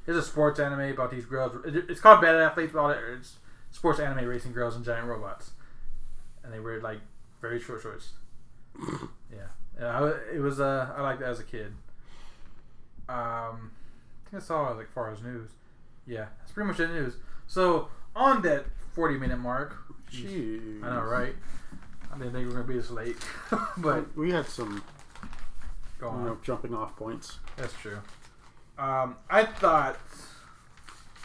It's a sports anime about these girls. it- It's called Battle Athletes, but all that- it's sports anime racing girls and giant robots. And they wear like very short shorts. yeah, yeah. I, it was. Uh, I liked it as a kid. Um, I think that's all as far as news. Yeah, that's pretty much the news. So on that forty minute mark, Jeez. I know, right? I didn't think we were gonna be this late, *laughs* but But we had some go you on. know, jumping off points. That's true. Um, I thought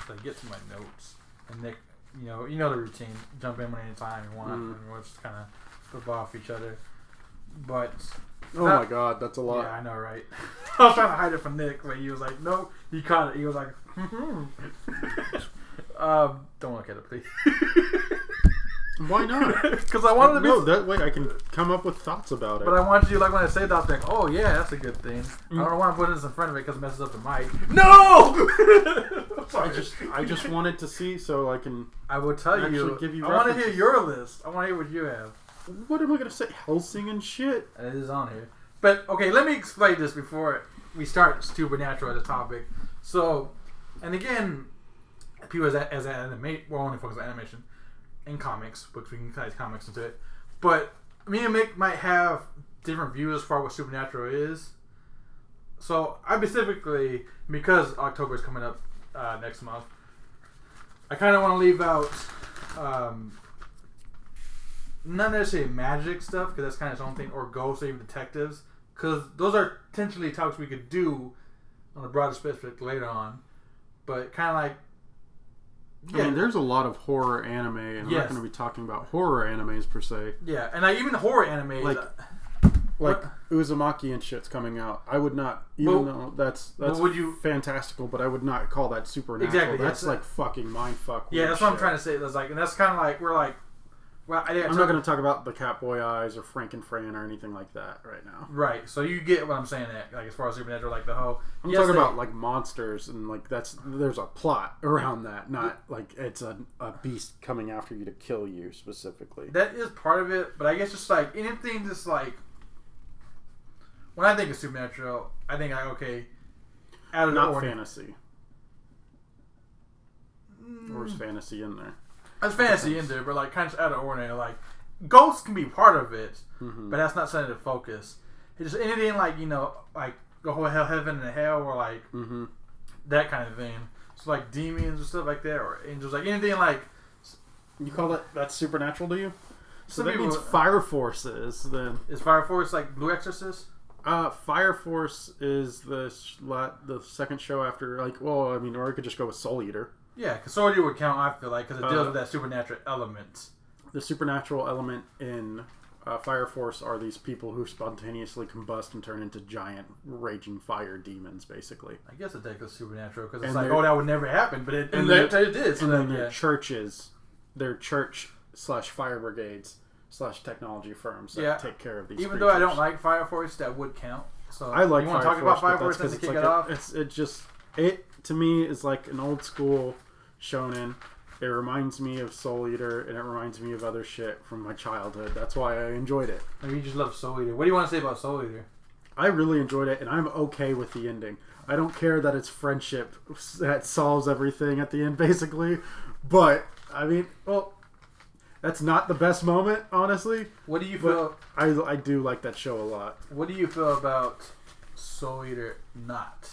I get to my notes and Nick, you know, you know the routine: jump in when any time you want, Mhm. and we'll just kind of flip off each other. But Oh Uh, my god, that's a lot. yeah, I know, right? *laughs* I was trying to hide it from Nick, but he was like, "No, he caught it." He was like, um, "Don't look at it, please." *laughs* Why *laughs* not? Because I wanted to be no, that way I can come up with thoughts about it. But I want you, like, when I say that, I'm like, oh, yeah, that's a good thing. I don't want to put this in front of it because it messes up the mic. No! *laughs* I'm sorry. I just I just wanted to see so I can. I will tell you, Actually give you I want to hear references. your list. I want to hear what you have. What am I gonna say? Helsing and shit. And It is on here. But, okay, let me explain this before we start supernatural as a topic. So, and again, people as, as an animate, well, only focus on animation and comics, which we can tie comics into it. But me and Mick might have different views as far as what supernatural is. So I specifically, because October is coming up uh, next month, I kind of want to leave out um, not necessarily magic stuff because that's kind of its own thing, or ghosts or even detectives, because those are potentially talks we could do on a broader specific later on. But kind of like, I mean, there's a lot of horror anime, Yes. and I'm not gonna be talking about horror animes per se. yeah, and like even horror anime, uh, Like, Like What- Uzumaki and shit's coming out. I would not, Well- even though that's that's Well, would you- fantastical, but I would not call that supernatural. Exactly, that's yes. like fucking mind fuck. Yeah, that's what I'm trying to say. That's like, and that's kind of like we're like, well, I, I'm not gonna talk about the Catboy Eyes or Frank and Fran or anything like that right now. Right, so you get what I'm saying. That like as far as supernatural, like the whole. I'm yes, talking they- about like monsters and like that's there's a plot around that, not like it's a, a beast coming after you to kill you specifically. that is part of it, but I guess just like anything, just like when I think of supernatural, I think like okay, out of the Not ordinary. fantasy. Mm. Or is fantasy in there? That's fantasy in there, but like kind of out of ordinary. Like ghosts can be part of it, Mm-hmm. but that's not something to focus. It's just anything like you know, like the whole hell, heaven and hell, or like Mhm. that kind of thing. So like demons and stuff like that, or angels, like anything like You call that that's supernatural to you? So Some that people- means Fire Force is then. is Fire Force like Blue Exorcist. Uh, Fire Force is the sh- la- the second show after like well I mean or I could just go with Soul Eater. Yeah, Consortia would count. I feel like because it deals Uh, with that supernatural element. The supernatural element in uh, Fire Force are these people who spontaneously combust and turn into giant raging fire demons basically. I guess it takes the supernatural because it's and like, they're- oh, that would never happen, but it, and they're- that it did. So and then then, their yeah. churches, their church slash fire brigades slash technology firms that Yeah. take care of these. even though I don't creatures. like Fire Force, that would count. So I like you Fire want to talk about Force, Fire but that's Force and to kick because it's it like a- off? it's it just it to me is like an old school shonen. It reminds me of Soul Eater, and it reminds me of other shit from my childhood. That's why I enjoyed it. Maybe you just love Soul Eater. What do you want to say about Soul Eater? I really enjoyed it, and I'm okay with the ending. I don't care that it's friendship that solves everything at the end, *laughs* basically. But I mean, well, that's not the best moment, honestly. What do you feel? But I, I do like that show a lot. What do you feel about Soul Eater? Not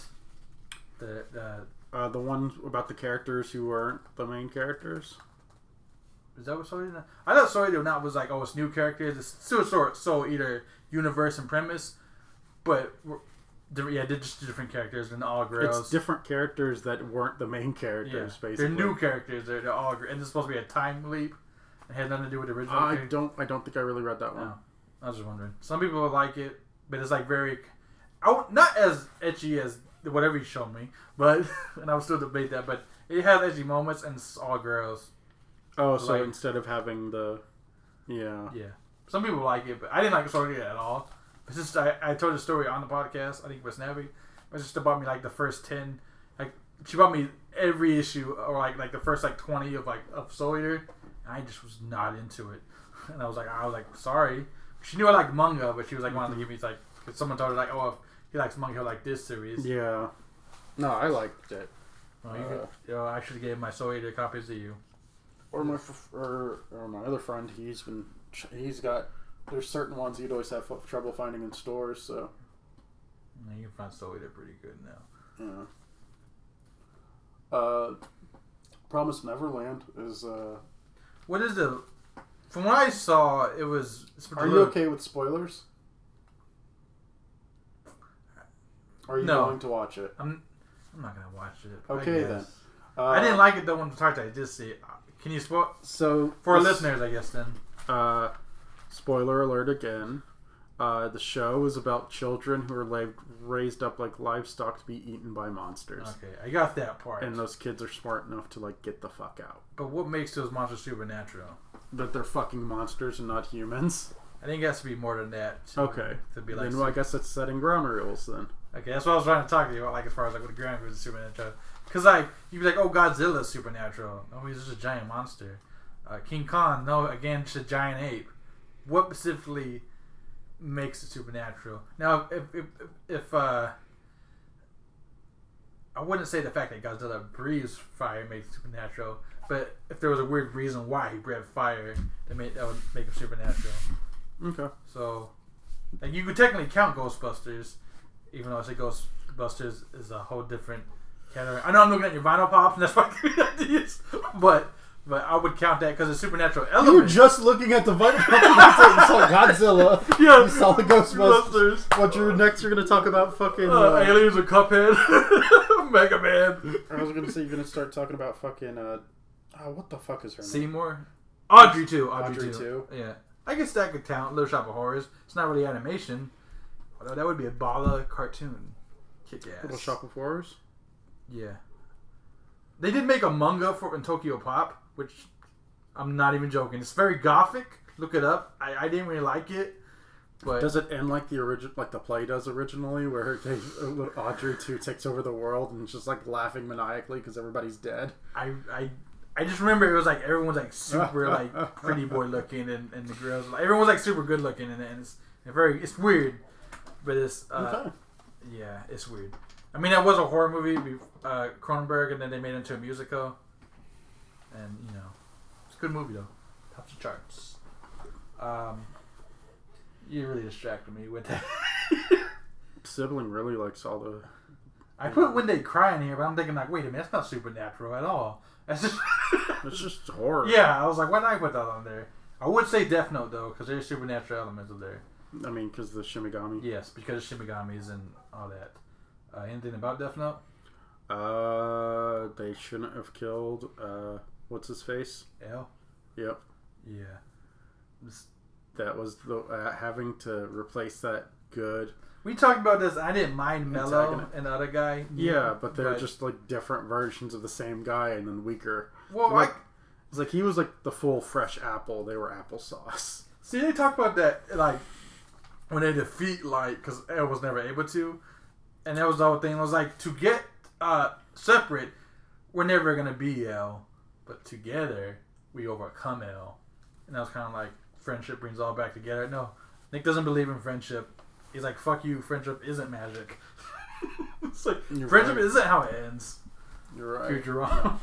the the Uh, the one about the characters who weren't the main characters. Is that what Soul Eater? I thought Soul Eater not was like, oh, it's new characters. It's still sort of Soul Eater universe and premise, but we're- they're- yeah, they're just different characters and all girls. It's different characters that weren't the main characters, Yeah. basically. They're new characters. They're, they're all gr- and it's supposed to be a time leap. It has nothing to do with the original. I character. don't. I don't think I really read that one. No. I was just wondering. Some people would like it, but it's like very, I won't- not as etchy as whatever you showed me, but *laughs* and I would still debate that. But it has edgy moments and it's all girls. Oh, so Like- instead of having the, yeah, Yeah. Some people like it, but I didn't like Sorority at all. It's just I, I told the story on the podcast, I think with Snappy. It was just about me like the first ten like she bought me every issue or like like the first like twenty of like of Soul Eater I just was not into it, *laughs* and I was like, I was like, sorry. She knew I liked manga, but she was like, wanted to give me like, cause someone told her like, oh, if he likes manga, he'll like this series. Yeah. No, I liked it. Well, you could- you know, I should have gave my soul eater copies to you. Or my f- or, or my other friend, he's been ch- he's got there's certain ones he'd always have f- trouble finding in stores. So And you can find soul eater pretty good now. yeah. Uh, Promise Neverland is. Uh, What is the? From what I saw, it was. It's for are you little- okay with spoilers? Are you No. going to watch it? I'm. I'm not gonna watch it. I Okay guess. then. Uh, I didn't like it though when we talked. I did see it. Can you spoil so for our this- listeners? I guess then. uh, spoiler alert again. Uh, the show is about children who are la- raised up like livestock to be eaten by monsters, Okay, I got that part. and those kids are smart enough to like get the fuck out. but what makes those monsters supernatural? But they're fucking monsters and not humans. I think it has to be more than that. To, Okay, To be like, then well, I guess that's setting ground rules then. okay, that's what I was trying to talk to you about. Like as far as like what the ground was supernatural, because like you'd be like, oh, Godzilla's supernatural. Oh, he's just a giant monster. Uh, King Kong, no, again, just a giant ape. What specifically makes it supernatural? Now, if if, if if, uh, I wouldn't say the fact that Godzilla breathes fire makes it supernatural, but if there was a weird reason why he breathed fire, that made that would make him supernatural. Okay, So, like, you could technically count Ghostbusters, even though I say Ghostbusters is a whole different category. I know I'm looking at your vinyl pops, and that's *laughs* why I give you ideas, but but I would count that because it's supernatural You were element. just looking at the Vital You *laughs* saw Godzilla. Yeah, You saw the Ghostbusters. What you're next? You're gonna talk about fucking. Uh, Uh, aliens with Cuphead, *laughs* Mega Man, I was gonna say you're gonna start talking about fucking uh, oh, what the fuck is her name? Seymour, Audrey too, Audrey, Audrey too. Yeah, I guess that could count. Little Shop of Horrors. It's not really animation, although that would be a Bala cartoon. Kick ass. Little Shop of Horrors. Yeah. They did make a manga for in Tokyo Pop, which I'm not even joking. It's very gothic. Look it up. I, I didn't really like it, but Does it end like the original, like the play does originally, where they, uh, Audrey two takes over the world and is just like laughing maniacally because everybody's dead? I I I just remember it was like everyone's like super like pretty boy looking, and, and the girls like everyone's like super good looking, and, and it's it's very it's weird, but it's uh, Okay. yeah, it's weird. I mean, that was a horror movie, be- uh, Cronenberg, and then they made it into a musical, and you know, it's a good movie though, tops the charts. Um, you really distracted me with that. Sibling really likes all the. I put when they cry in here, but I'm thinking like, wait a minute, that's not supernatural at all. That's just *laughs* It's just horror. Yeah, I was like, why did I put that on there? I would say Death Note though, because there's supernatural elements of there. I mean, because the Shimigami. Yes, because of Shimigamis and all that. Uh, anything about Death Note? Uh, they shouldn't have killed. Uh, what's his face? L. Yep, Yeah. This- that was the uh, having to replace that good. We talked about this. I didn't mind Mello Antagonist. and the other guy. Yeah, but they're But- just like different versions of the same guy, and then weaker. Well, I Like- It's like he was like the full fresh apple. They were applesauce. see they talk about that like when they defeat like because L was never able to, and that was the whole thing. It was like to get uh separate, we're never gonna be L, but together we overcome L. And I was kind of like, friendship brings all back together. No, Nick doesn't believe in friendship. He's like, fuck you, friendship isn't magic. *laughs* it's like, You're friendship right. isn't how it ends. You're right. Futurama.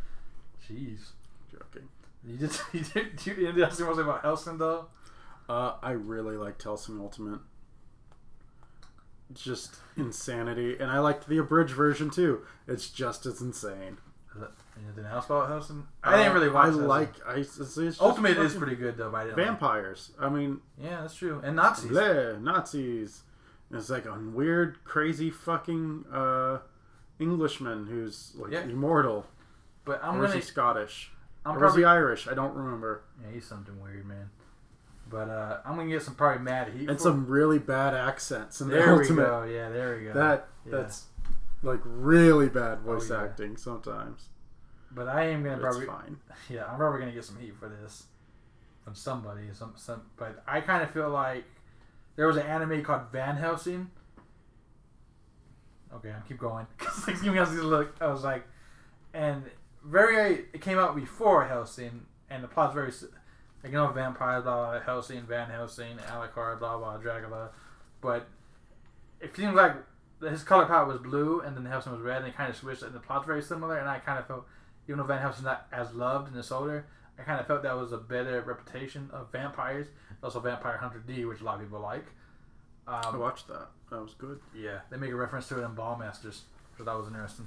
*laughs* Jeez. Joking. You just, *laughs* you did, you ended up saying something about Helsing though? Uh, I really liked Helsing Ultimate. Just insanity, and I liked the abridged version too. It's just as insane. Uh, Anything else about Helsing? I didn't really watch I Helsing. like. I it's, it's just Ultimate is fucking pretty good though, but I didn't like- vampires. I mean, Yeah, that's true. And Nazis. bleh, Nazis. And It's like a weird, crazy fucking uh, Englishman who's like Yeah. immortal. But I'm or is gonna. he Scottish? I'm or probably. is he Irish? I don't remember. Yeah, he's something weird, man. But uh, I'm gonna get some probably mad heat. And for- some really bad accents in There the we Ultimate. go. Yeah, there we go. That Yeah. that's like really bad voice yeah. acting sometimes. But I am gonna It's probably. fine. Yeah, I'm probably gonna get some heat for this from somebody. Some some. But I kind of feel like there was an anime called Van Helsing. Okay, I keep going. *laughs* Cause Helsing look, I was like, and very it came out before Helsing, and the plot's very, s- like you know, vampires, blah blah, Helsing, Van Helsing, Alucard, blah blah, Dracula, but it seems like his color palette was blue, and then Helsing was red, and they kind of switched, and the plot's very similar, and I kind of felt, even though Van Helsing's not as loved in this older, I kind of felt that was a better reputation of vampires. Also, Vampire Hunter D, which a lot of people like. I Um, watched that. That was good. yeah, they make a reference to it in Ball Masters, so that was interesting.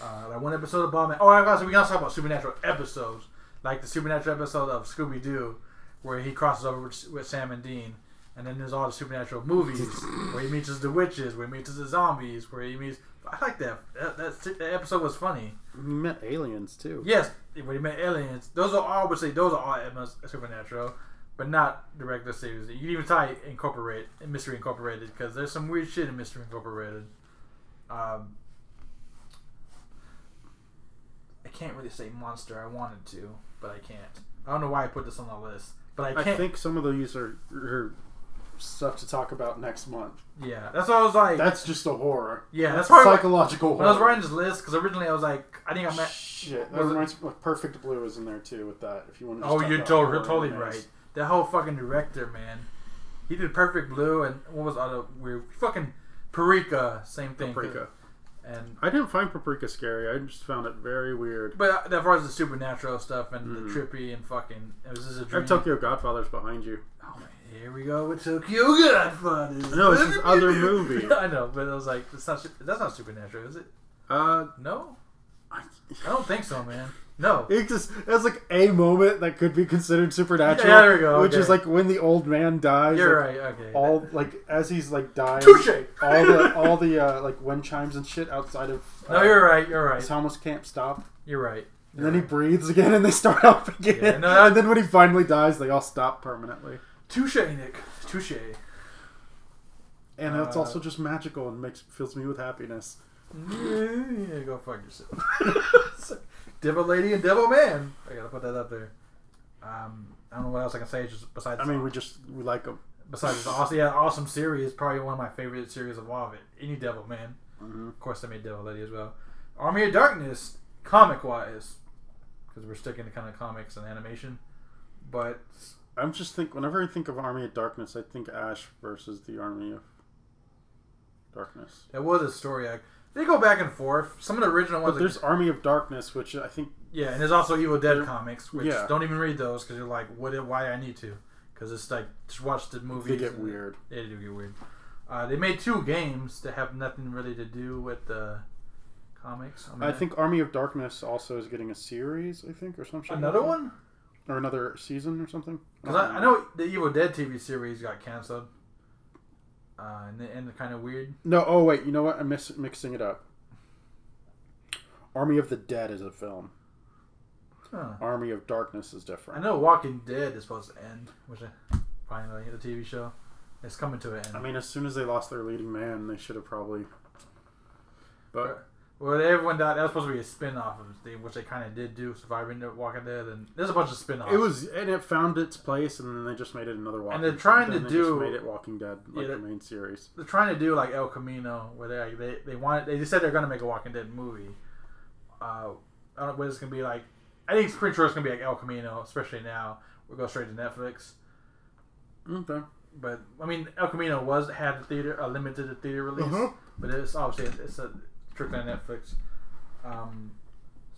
Uh, like one episode of Ball Ma- Oh, I guess we can also talk about supernatural episodes, like the supernatural episode of Scooby Doo, where he crosses over with, with Sam and Dean, and then there's all the supernatural movies where he meets the witches, where he meets the zombies, where he meets. I like that. That, that, that episode was funny. You met aliens too. Yes, when you met aliens, those are all. I would say those are all elements of supernatural, but not the regular series. You can even tie Incorporate Mystery Incorporated because there's some weird shit in Mystery Incorporated. Um, I can't really say monster. I wanted to, but I can't. I don't know why I put this on the list, but I I, can't. think some of these are, are stuff to talk about next month. yeah, that's why I was like. That's just a horror. yeah, that's why. I, Psychological when I was horror. writing this list, because originally I was like, I think I meant. Shit, that was it- reminds me. Perfect Blue is in there too with that. If you want to. Oh, you're totally, totally right. That whole fucking director, man. He did Perfect Blue and what was other weird fucking Paprika, same thing. Paprika. And I didn't find Paprika scary. I just found it very weird. but that far as the supernatural stuff and Mhm. the trippy and fucking it was just a I dream. have Tokyo Godfathers behind you. Oh, here we go with Tokyo Godfathers. No, it's his *laughs* other movie. I know, but I was like, that's not su- that's not supernatural, is it? Uh, No, I- *laughs* I don't think so, man. No. it just that's like a moment that could be considered supernatural. Yeah, there we go, Which okay. is like when the old man dies. You're like, right. Okay. All like as he's like dying. Touche. all the all the uh, like wind chimes and shit outside of. Uh, No, you're right. You're His right. homeless camp stop. You're right. And then he breathes again, and they start *laughs* up again. Yeah, no, and then when he finally dies, they all stop permanently. Touche, Nick. Touche. And it's Uh, also just magical and makes fills me with happiness. Yeah, go fuck *laughs* yourself. devil lady and devil man. I gotta put that up there. Um, I don't know what else I can say just besides I mean, we just we like them. besides it's awesome. Yeah, awesome series. Probably one of my favorite series of all of it. Any devil man. Of course, they made devil lady as well. Army of Darkness, comic wise, because we're sticking to kind of comics and animation. But I'm just think whenever I think of Army of Darkness, I think Ash versus the Army of Darkness. it was a story. Like, they go back and forth. Some of the original ones. But there's Army of Darkness, which I think Yeah, and there's also Evil Dead There- comics, which yeah. don't even read those because you're like, what? Why I need to? Because it's like just watch the movies. they get and- weird. They do get weird. Uh, they made two games that have nothing really to do with the comics. mean, I think Army of Darkness also is getting a series, I think, or something. another one Uh-huh. or another season or something. because I, I know the Evil Dead TV series got canceled. Uh, and they ended kind of weird. No, oh wait, you know what? I'm mis- mixing it up. Army of the Dead is a film. Huh. Army of Darkness is I different. know Walking Dead is supposed to end, which I, finally the TV show, it's coming to an end. I mean, as soon as they lost their leading man, they should have probably. But Well, everyone died. That was supposed to be a spin off of the thing, which they kind of did do, Surviving the Walking Dead, and there's a bunch of spin offs. it was, and it found its place, and then they just made it another Walking. they're trying then to they just do- made it Walking Dead, Yeah, like the that- main series. They're trying to do like El Camino, where they like, they they wanted they just said they're gonna make a Walking Dead movie. Uh, I don't know what it's gonna be like. I think it's pretty sure it's gonna be like El Camino, especially now. We'll go straight to Netflix. Okay. But I mean, El Camino was had the theater a limited theater release, Uh-huh. but it's obviously it's a trick on Netflix. Um,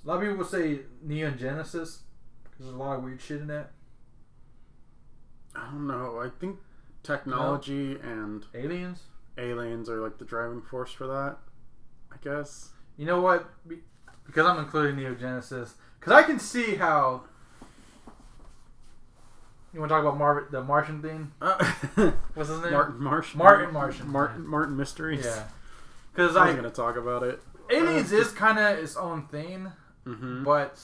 a lot of people would say Neon Genesis because there's a lot of weird shit in that. I don't know. I think technology and Aliens. aliens are like the driving force for that. I guess. You know what? Be- Because I'm including Neo Genesis, because I can see how. You want to talk about Marv- the Martian thing? *laughs* Uh, What's his name? Martin Marsh. Martin Martian. Martin Martin Mysteries. Yeah. Because I was like gonna talk about it. Uh, aliens is kind of its own thing, Mm-hmm. but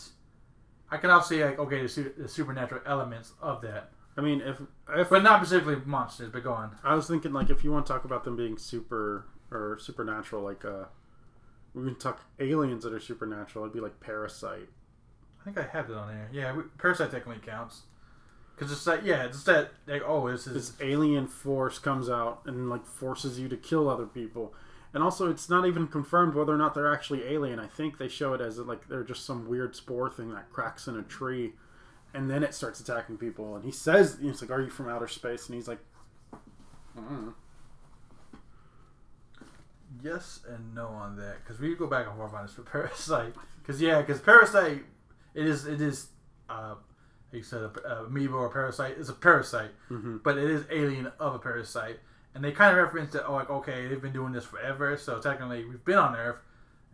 I can also see like okay the, su- the supernatural elements of that, I mean, if if but not specifically monsters. But go on. I was thinking, like, if you want to talk about them being super or supernatural, like, uh, we can talk aliens that are supernatural. It'd be like Parasite. I think I have it on there. Yeah, we, Parasite technically counts. Because it's like yeah, it's that like oh this is This alien force comes out and like forces you to kill other people. And also, it's not even confirmed whether or not they're actually alien. I think they show it as like they're just some weird spore thing that cracks in a tree, and then it starts attacking people. And he says, "He's like, are you from outer space?" And he's like, mm Yes and no on that because we go back and forth on this for *laughs* Parasite because yeah because Parasite it is it is uh like you said a, a amoeba or parasite is a parasite Mhm. but it is alien of a parasite and they kind of reference that oh like okay they've been doing this forever so technically we've been on Earth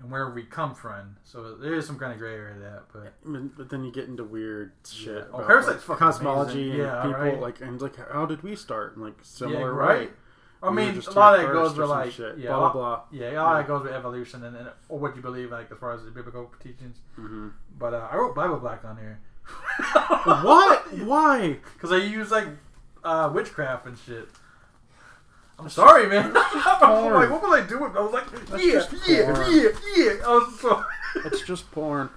and where we come from so there is some kind of gray area to that but I mean, but then you get into weird shit. Oh, about, Parasite's like, fucking cosmology amazing. and Yeah, people right. like and like how did we start? And like yeah similar right I We were mean just a lot of that here first goes or with some like shit. yeah a blah lot- blah yeah a lot of Yeah. that goes with evolution and, and or what you believe like as far as the biblical teachings blah. hmm but uh, I wrote Bible Black on *laughs* here. *laughs* what? Why? Because I use like uh, witchcraft and shit. I'm sorry, man. *laughs* I'm like, what will I do with? I was like, That's yeah, just yeah, porn. yeah, yeah. I was so. *laughs* It's just porn.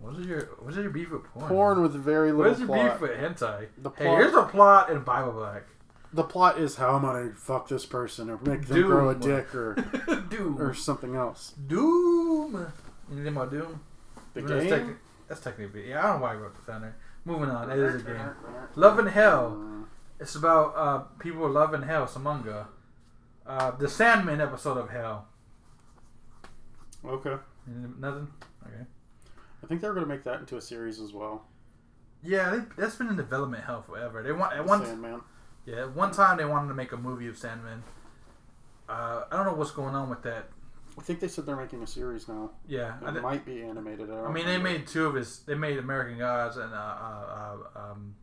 What's your What's your beef with porn? Porn with very little What's your plot. beef with hentai? The Hey, plot- here's a plot in Bible Black. The plot is how I'm gonna fuck this person or make them Doom. grow a dick or *laughs* Doom. or something else. Doom. Anything about Doom? The Even though that's game. techni- That's technically. Yeah, I don't know why I wrote this down there. Moving on. It is a game. Love and Hell. It's about uh, people loving hell. It's a manga. Uh, the Sandman episode of Hell. Okay. Mm, Nothing. Okay. I think they're gonna make that into a series as well. Yeah, they, that's been in development hell forever. They want at one. Sandman. Yeah, at one time they wanted to make a movie of Sandman. Uh, I don't know what's going on with that. I think they said they're making a series now. Yeah, I, It thi- might be animated. I mean they made two of his. They made American Gods and uh, uh, uh, um,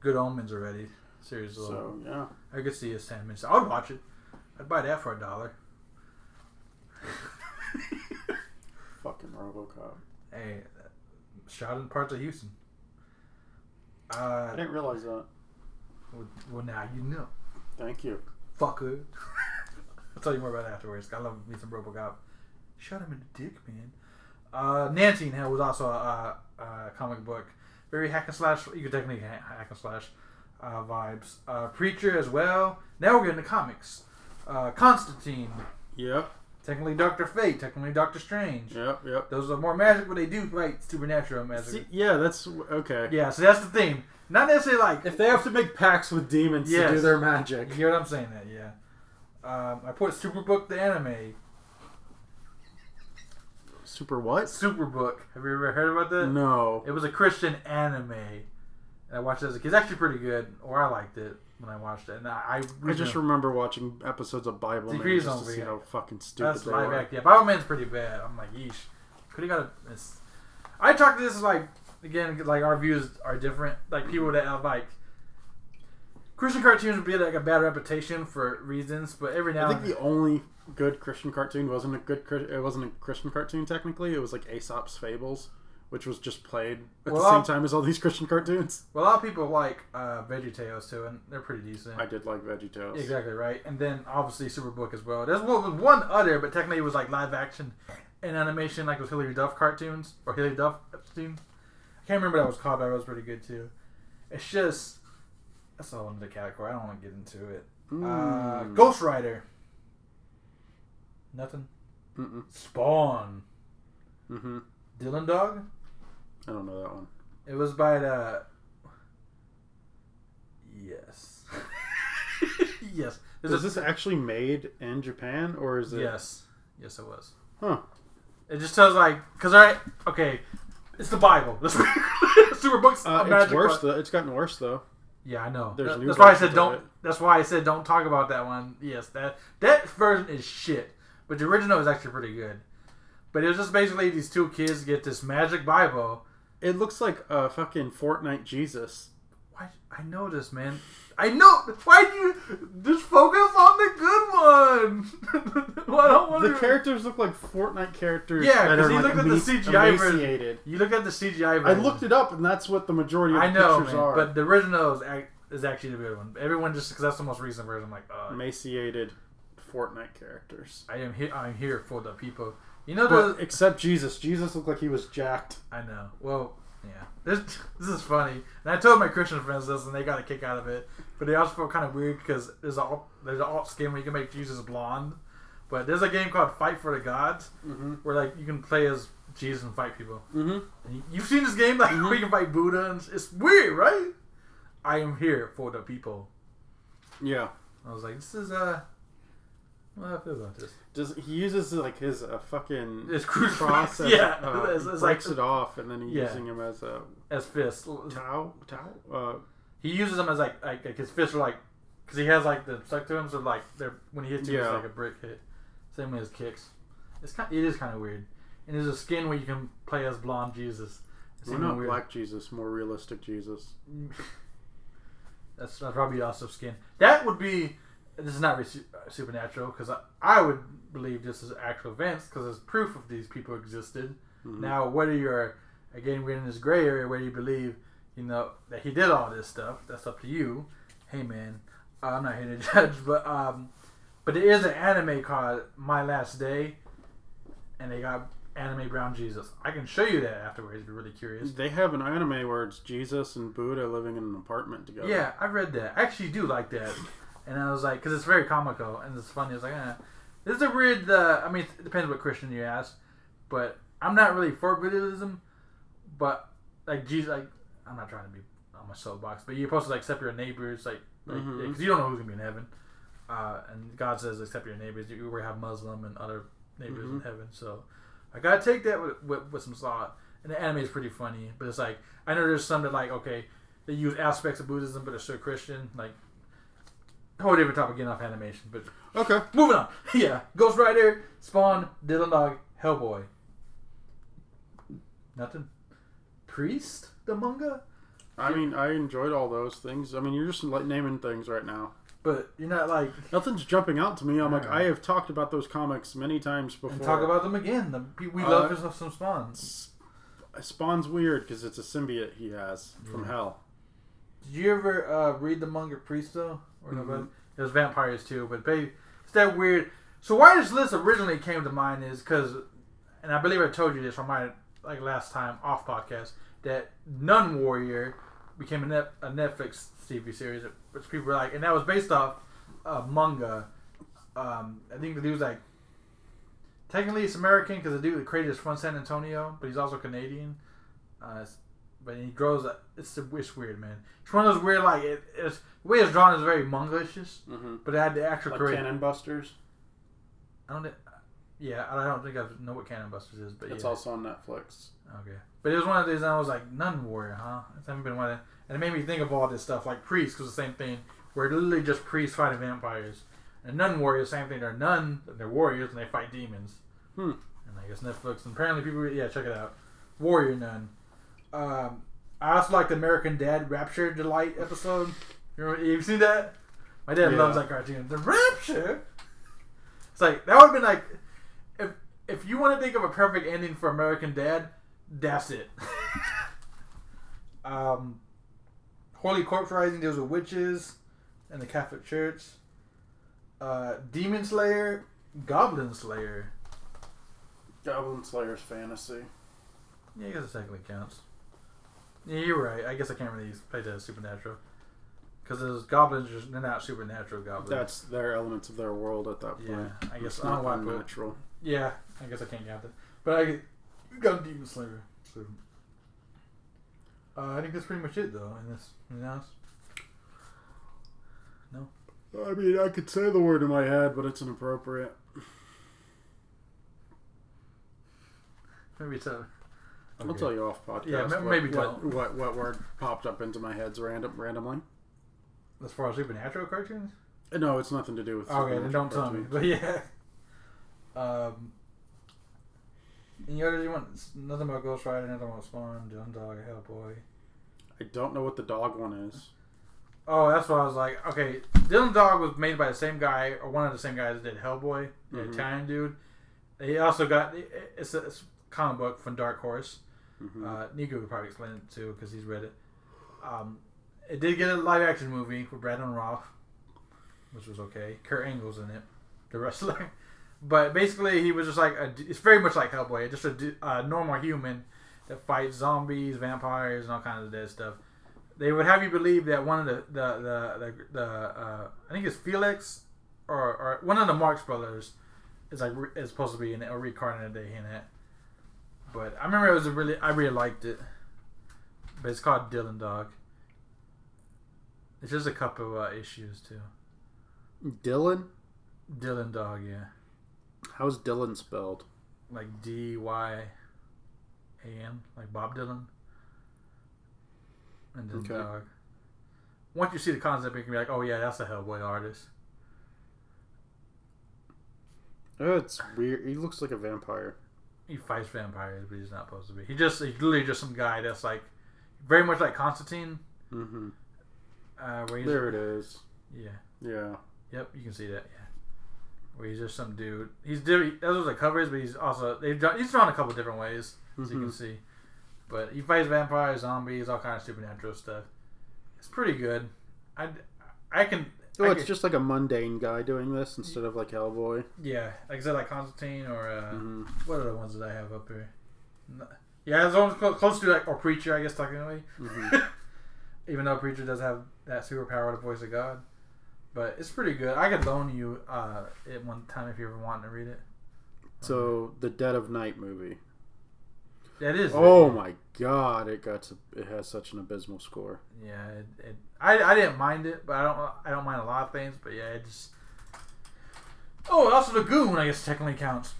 Good Omens already. Seriously, So yeah, I could see a Sandman. So I would watch it. I'd buy that for a *laughs* dollar. fucking RoboCop. Hey, shot in parts of Houston. I Uh, didn't realize that. well, well, now you know, Thank you. fucker. *laughs* I'll tell you more about it afterwards. I love me some RoboCop. Shut him in the dick, man. Uh, Nancy in Hell was also a, uh uh comic book, very hack and slash. You could technically ha- hack and slash uh, vibes. Uh, Preacher as well. Now we're getting to comics. Uh, Constantine, Yep. technically Doctor Fate, technically Doctor Strange. Yep. Yep. Those are more magic, but they do right supernatural magic. See, yeah, that's okay. Yeah, so that's the thing. Not necessarily like If they have to make pacts with demons to do Yes. their magic, you hear what I'm saying. That yeah. Um, I put Superbook the anime. super what? Superbook. Have you ever heard about that? No. It was a Christian anime. And I watched it as a kid. It's actually pretty good, or I liked it when I watched it. And I, I, I just remember watching episodes of Bible Man Degrees just on to see Weird. how fucking stupid that's they live were. act. Yeah, Bible Man's pretty bad. I'm like, yeesh. Could have got a. It's, I talk to this as like again, like our views are different. Like people that have like. Christian cartoons would be like a bad reputation for reasons, but every now I think and then, the only good Christian cartoon wasn't a good. Chri- It wasn't a Christian cartoon technically. It was like Aesop's Fables, which was just played at Well, the same I'll- time as all these Christian cartoons. well, a lot of people like uh, VeggieTales too, and they're pretty decent. I did like VeggieTales. Exactly right, and then obviously Superbook as well. There's one, one other, but technically it was like live action and animation, like with Hilary Duff cartoons or Hilary Duff cartoons. I can't remember what that was called, but it was pretty good too. It's just that's all in the category. I don't want to get into it. Uh, Mm. Ghost Rider. Nothing. Mm-mm. Spawn. Mm-hmm. Dylan Dog. I don't know that one. It was by the. Yes. *laughs* yes. There's Is this actually made in Japan or is it? Yes. Yes, it was. Huh. It just tells like, cause I okay, it's the Bible. *laughs* Superbook's Uh, a it's magic worse book. though. It's gotten worse though. Yeah, I know. There's That- new that's why I versions said of don't. it. That's why I said don't talk about that one. Yes, that that version is shit, but the original is actually pretty good. But it was just basically these two kids get this magic Bible. It looks like a fucking Fortnite Jesus. Why I know this man. I know. Why do you just focus on the good one? *laughs* Why don't want The to. characters look like Fortnite characters. Yeah, that 'cause are, he like, looked at the emaci- CGI version. emaciated. You look at the CGI. Version. I looked it up, and that's what the majority of I the know, pictures man, are. but the original is, ac- is actually the good one. Everyone just because that's the most recent version. I'm like, uh, emaciated Fortnite characters. I am here. I'm here for the people. You know the. But except Jesus. Jesus looked like he was jacked. I know. Well, yeah. This *laughs* this is funny, and I told my Christian friends this, and they got a kick out of it. But they also felt kind of weird because there's a alt- there's an alt skin where you can make Jesus blonde. But there's a game called Fight for the Gods Mm-hmm. where like you can play as Jesus and fight people. Mm-hmm. And you- You've seen this game, like where you can fight Buddha, and it's- it's weird, right? I am here for the people. Yeah. I was like, this is uh, well, I feel about this. Does he uses like his uh, fucking It's cruise *laughs* cross? as, yeah, uh, it's, it's like breaks it off, and then he's Yeah. using him as a as fists. towel. Towel. Uh, He uses them as like like, like his fists are like, because he has like the stuck to him, so like they're when he hits you, Yeah. it's like a brick hit. Same with his kicks. It's kind, it is kind of weird. And there's a skin where you can play as blonde Jesus. It's why even not weird. Black Jesus? More realistic Jesus. *laughs* That's, that's probably also skin. That would be. This is not really su- uh, supernatural because I, I would believe this is actual events because there's proof of these people existed. Mhm. Now, whether you're again we're in this gray area where you believe you know that he did all this stuff, that's up to you. Hey man, I'm not here to *laughs* judge, but um, but there is an anime called My Last Day, and they got anime Brown Jesus. I can show you that afterwards if you're really curious. They have an anime where it's Jesus and Buddha living in an apartment together. Yeah, I read that. I actually do like that. And I was like, because it's very comical and it's funny. I was like, eh. this is a weird. Uh, I mean, it depends what Christian you ask, but I'm not really for Buddhism. But like Jesus, like I'm not trying to be on my soapbox, but you're supposed to like accept your neighbors, like because Mhm. you don't know who's gonna be in heaven. Uh, and God says accept your neighbors. You will have Muslim and other neighbors in Mhm. heaven. So I gotta take that with, with, with some thought. And the anime is pretty funny, but it's like I know there's some that like okay they use aspects of Buddhism, but are still Christian. Like whole different topic again off animation, but Okay. moving on. *laughs* yeah, Ghost Rider, Spawn, Dylan Dog, Hellboy. Nothing. Priest, the manga, I mean, I enjoyed all those things. I mean, you're just like naming things right now. but you're not like Nothing's jumping out to me. I'm like, Yeah. I have talked about those comics many times before. and talk about them again. The, pe- we Uh, love us some Spawns. Spawn's weird because it's a symbiote he has from hell. Did you ever uh, read the manga Priest though? Or no, Mhm. but it was vampires too, but they it's that weird. So why this list originally came to mind is because, and I believe I told you this on my like last time off podcast that Nun Warrior became a, net, a Netflix TV series, which people were like, and that was based off a manga. Um, I think the dude's like technically it's American because the dude that created is from San Antonio, but he's also Canadian. Uh, it's- but he grows. up- It's it's weird, man. It's one of those weird like it, it's the way it's drawn is very manga-ish, Mm-hmm. but it had the actual Like create- Cannon Busters. I don't. thi- Yeah, I don't think I know what Cannon Busters is, but It's yeah. also on Netflix. Okay. But it was one of these, and I was like, Nun Warrior, huh? It's haven't been one of, And it made me think of all this stuff, like priests, because the same thing, where literally just priests fighting vampires. And Nun Warriors, same thing. They're nun, and they're warriors, and they fight demons. Hmm. And I guess Netflix, and apparently people, yeah, check it out. Warrior Nun. Um, I also like the American Dad Rapture Delight episode. You remember, you've seen that? My dad Yeah. loves that cartoon. The Rapture? It's like, that would have been like, if, if you want to think of a perfect ending for American Dad, that's it. *laughs* um, Holy Corpse Rising deals with witches and the Catholic Church. Uh, Demon Slayer, Goblin Slayer. Goblin Slayer's fantasy. Yeah, I guess it technically counts. Yeah, you're right. I guess I can't really play that as supernatural. Because those goblins, are, they're not supernatural goblins. That's their elements of their world at that point. yeah, I guess It's I don't not know why I put- unnatural. Yeah, I guess I can't count it. But I you got Demon Slayer. So. Uh, I think that's pretty much it, though. In this, in this. I mean, I could say the word in my head, but it's inappropriate. maybe it's a. I'll tell you off podcast. Yeah, ma- what- maybe what, don't. what what word popped up into my heads random randomly. As far as supernatural cartoons. Uh, No, it's nothing to do with. Okay, then don't tell me. cartoons. But yeah. Um. Any others you want? Nothing about Ghost Rider, nothing about Spawn, Dylan Dog, Hellboy. I don't know what the dog one is. Oh, that's what I was like. Okay, Dylan Dog was made by the same guy or one of the same guys that did Hellboy, the Mhm. Italian dude. He also got it's a, it's a comic book from Dark Horse. Mhm. Uh, Nico could probably explain it too because he's read it. Um, it did get a live action movie with Brandon Roth, which was okay. Kurt Angle's in it, the wrestler. *laughs* But basically, he was just like a, it's very much like Hellboy, just a, d- a normal human that fights zombies, vampires, and all kinds of dead stuff. They would have you believe that one of the the the, the, the uh, I think it's Felix or, or one of the Marx brothers is like re- is supposed to be in it or reincarnated in it. But I remember it was a really I really liked it. But it's called Dylan Dog. It's just a couple uh, issues too. Dylan? Dylan Dog, yeah, How's Dylan spelled? like D Y A N, like Bob Dylan, and then Okay. Dog. Once you see the concept, you can be like, oh yeah, that's a Hellboy artist. Oh, it's weird. He looks like a vampire. he fights vampires, but he's not supposed to be. He just he's literally just some guy that's like very much like Constantine. Mm-hmm. Uh, where he's, There it is. Yeah. Yeah. Yep. You can see that. Yeah. Where he's just some dude. He's doing those are the covers, but he's also they've drawn, he's drawn a couple different ways, so you can Mhm. see. But he fights vampires, zombies, all kind of supernatural stuff. It's pretty good. I I can. Oh, I it's can- just like a mundane guy doing this instead of like Hellboy. yeah, like I said, like Constantine or uh, hmm what are the ones that I have up here? N- Yeah, there's one's close, close to like or preacher, I guess, technically. Mhm. Mm-hmm. *laughs* Even though preacher does have that superpower, the voice of God, but it's pretty good. I could loan you uh, it one time if you ever want to read it. So the Dead of Night movie. That is. Oh my God! It got to, it has such an abysmal score. Yeah, it, it, I, I didn't mind it, but I don't I don't mind a lot of things. But yeah, it just. Oh, and also the goon, I guess technically counts.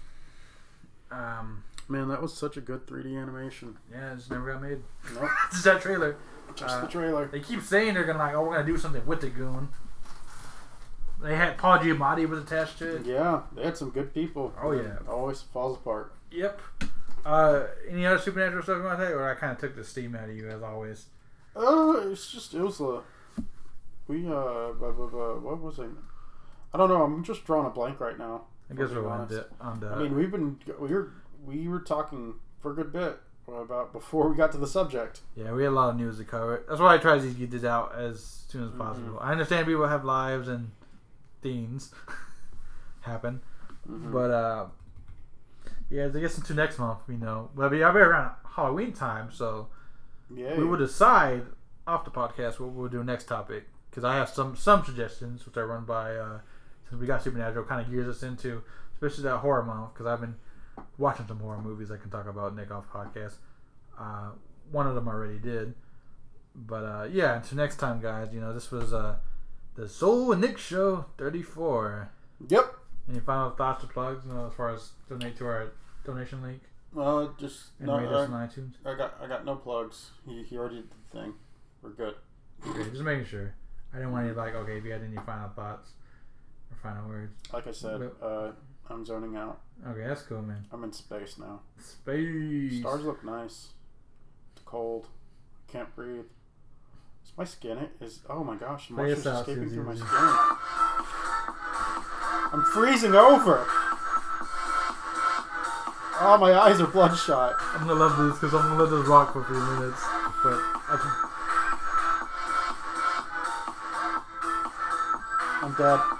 Um, Man, that was such a good 3D animation. yeah, it just never got made. *laughs* Nope. just that trailer. Just Uh, the trailer. They keep saying they're gonna like, oh, we're gonna do something with the goon. They had Paul Giamatti was attached to it. Yeah, they had some good people. Oh, yeah. It always falls apart. Yep. Uh, any other supernatural stuff you want to say, or I kind of took the steam out of you as always. Oh, it's just it was a we uh blah, blah, blah, what was it? I don't know. I'm just drawing a blank right now. I guess Fucking we're on the honest. on the. I mean, we've been we were we were talking for a good bit about before we got to the subject. yeah, we had a lot of news to cover. That's why I try to get this out as soon Mm-hmm. as possible. I understand people have lives and things *laughs* happen, Mm-hmm. but uh, yeah, I guess into next month, you know, well, I'll be around Halloween time, so. Yeah, we will decide off the podcast what we'll do next topic because I have some some suggestions which I run by uh, since we got Supernatural kind of gears us into especially that horror month because I've been watching some horror movies I can talk about Nick off podcast. Uh, one of them I already did, but uh, yeah. Until next time, guys. You know this was uh, the Soul and Nick Show thirty four. Yep. Any final thoughts or plugs? You know, as far as donate to our donation link Uh, just and no. uh, rate us I, on iTunes. I got I got no plugs. He, he already did the thing. We're good. Okay, just making sure. I didn't want to like, okay, if you had any final thoughts or final words. Like I said, Yep. uh, I'm zoning out. Okay, that's cool, man. I'm in space now. Space. Stars look nice. It's cold. I can't breathe. Is my skin it is oh my gosh, Play us moisture's out, escaping through my Susie. skin. I'm freezing over. Oh my eyes are bloodshot. I'm gonna love this because I'm gonna let this rock for a few minutes. But I can I'm dead.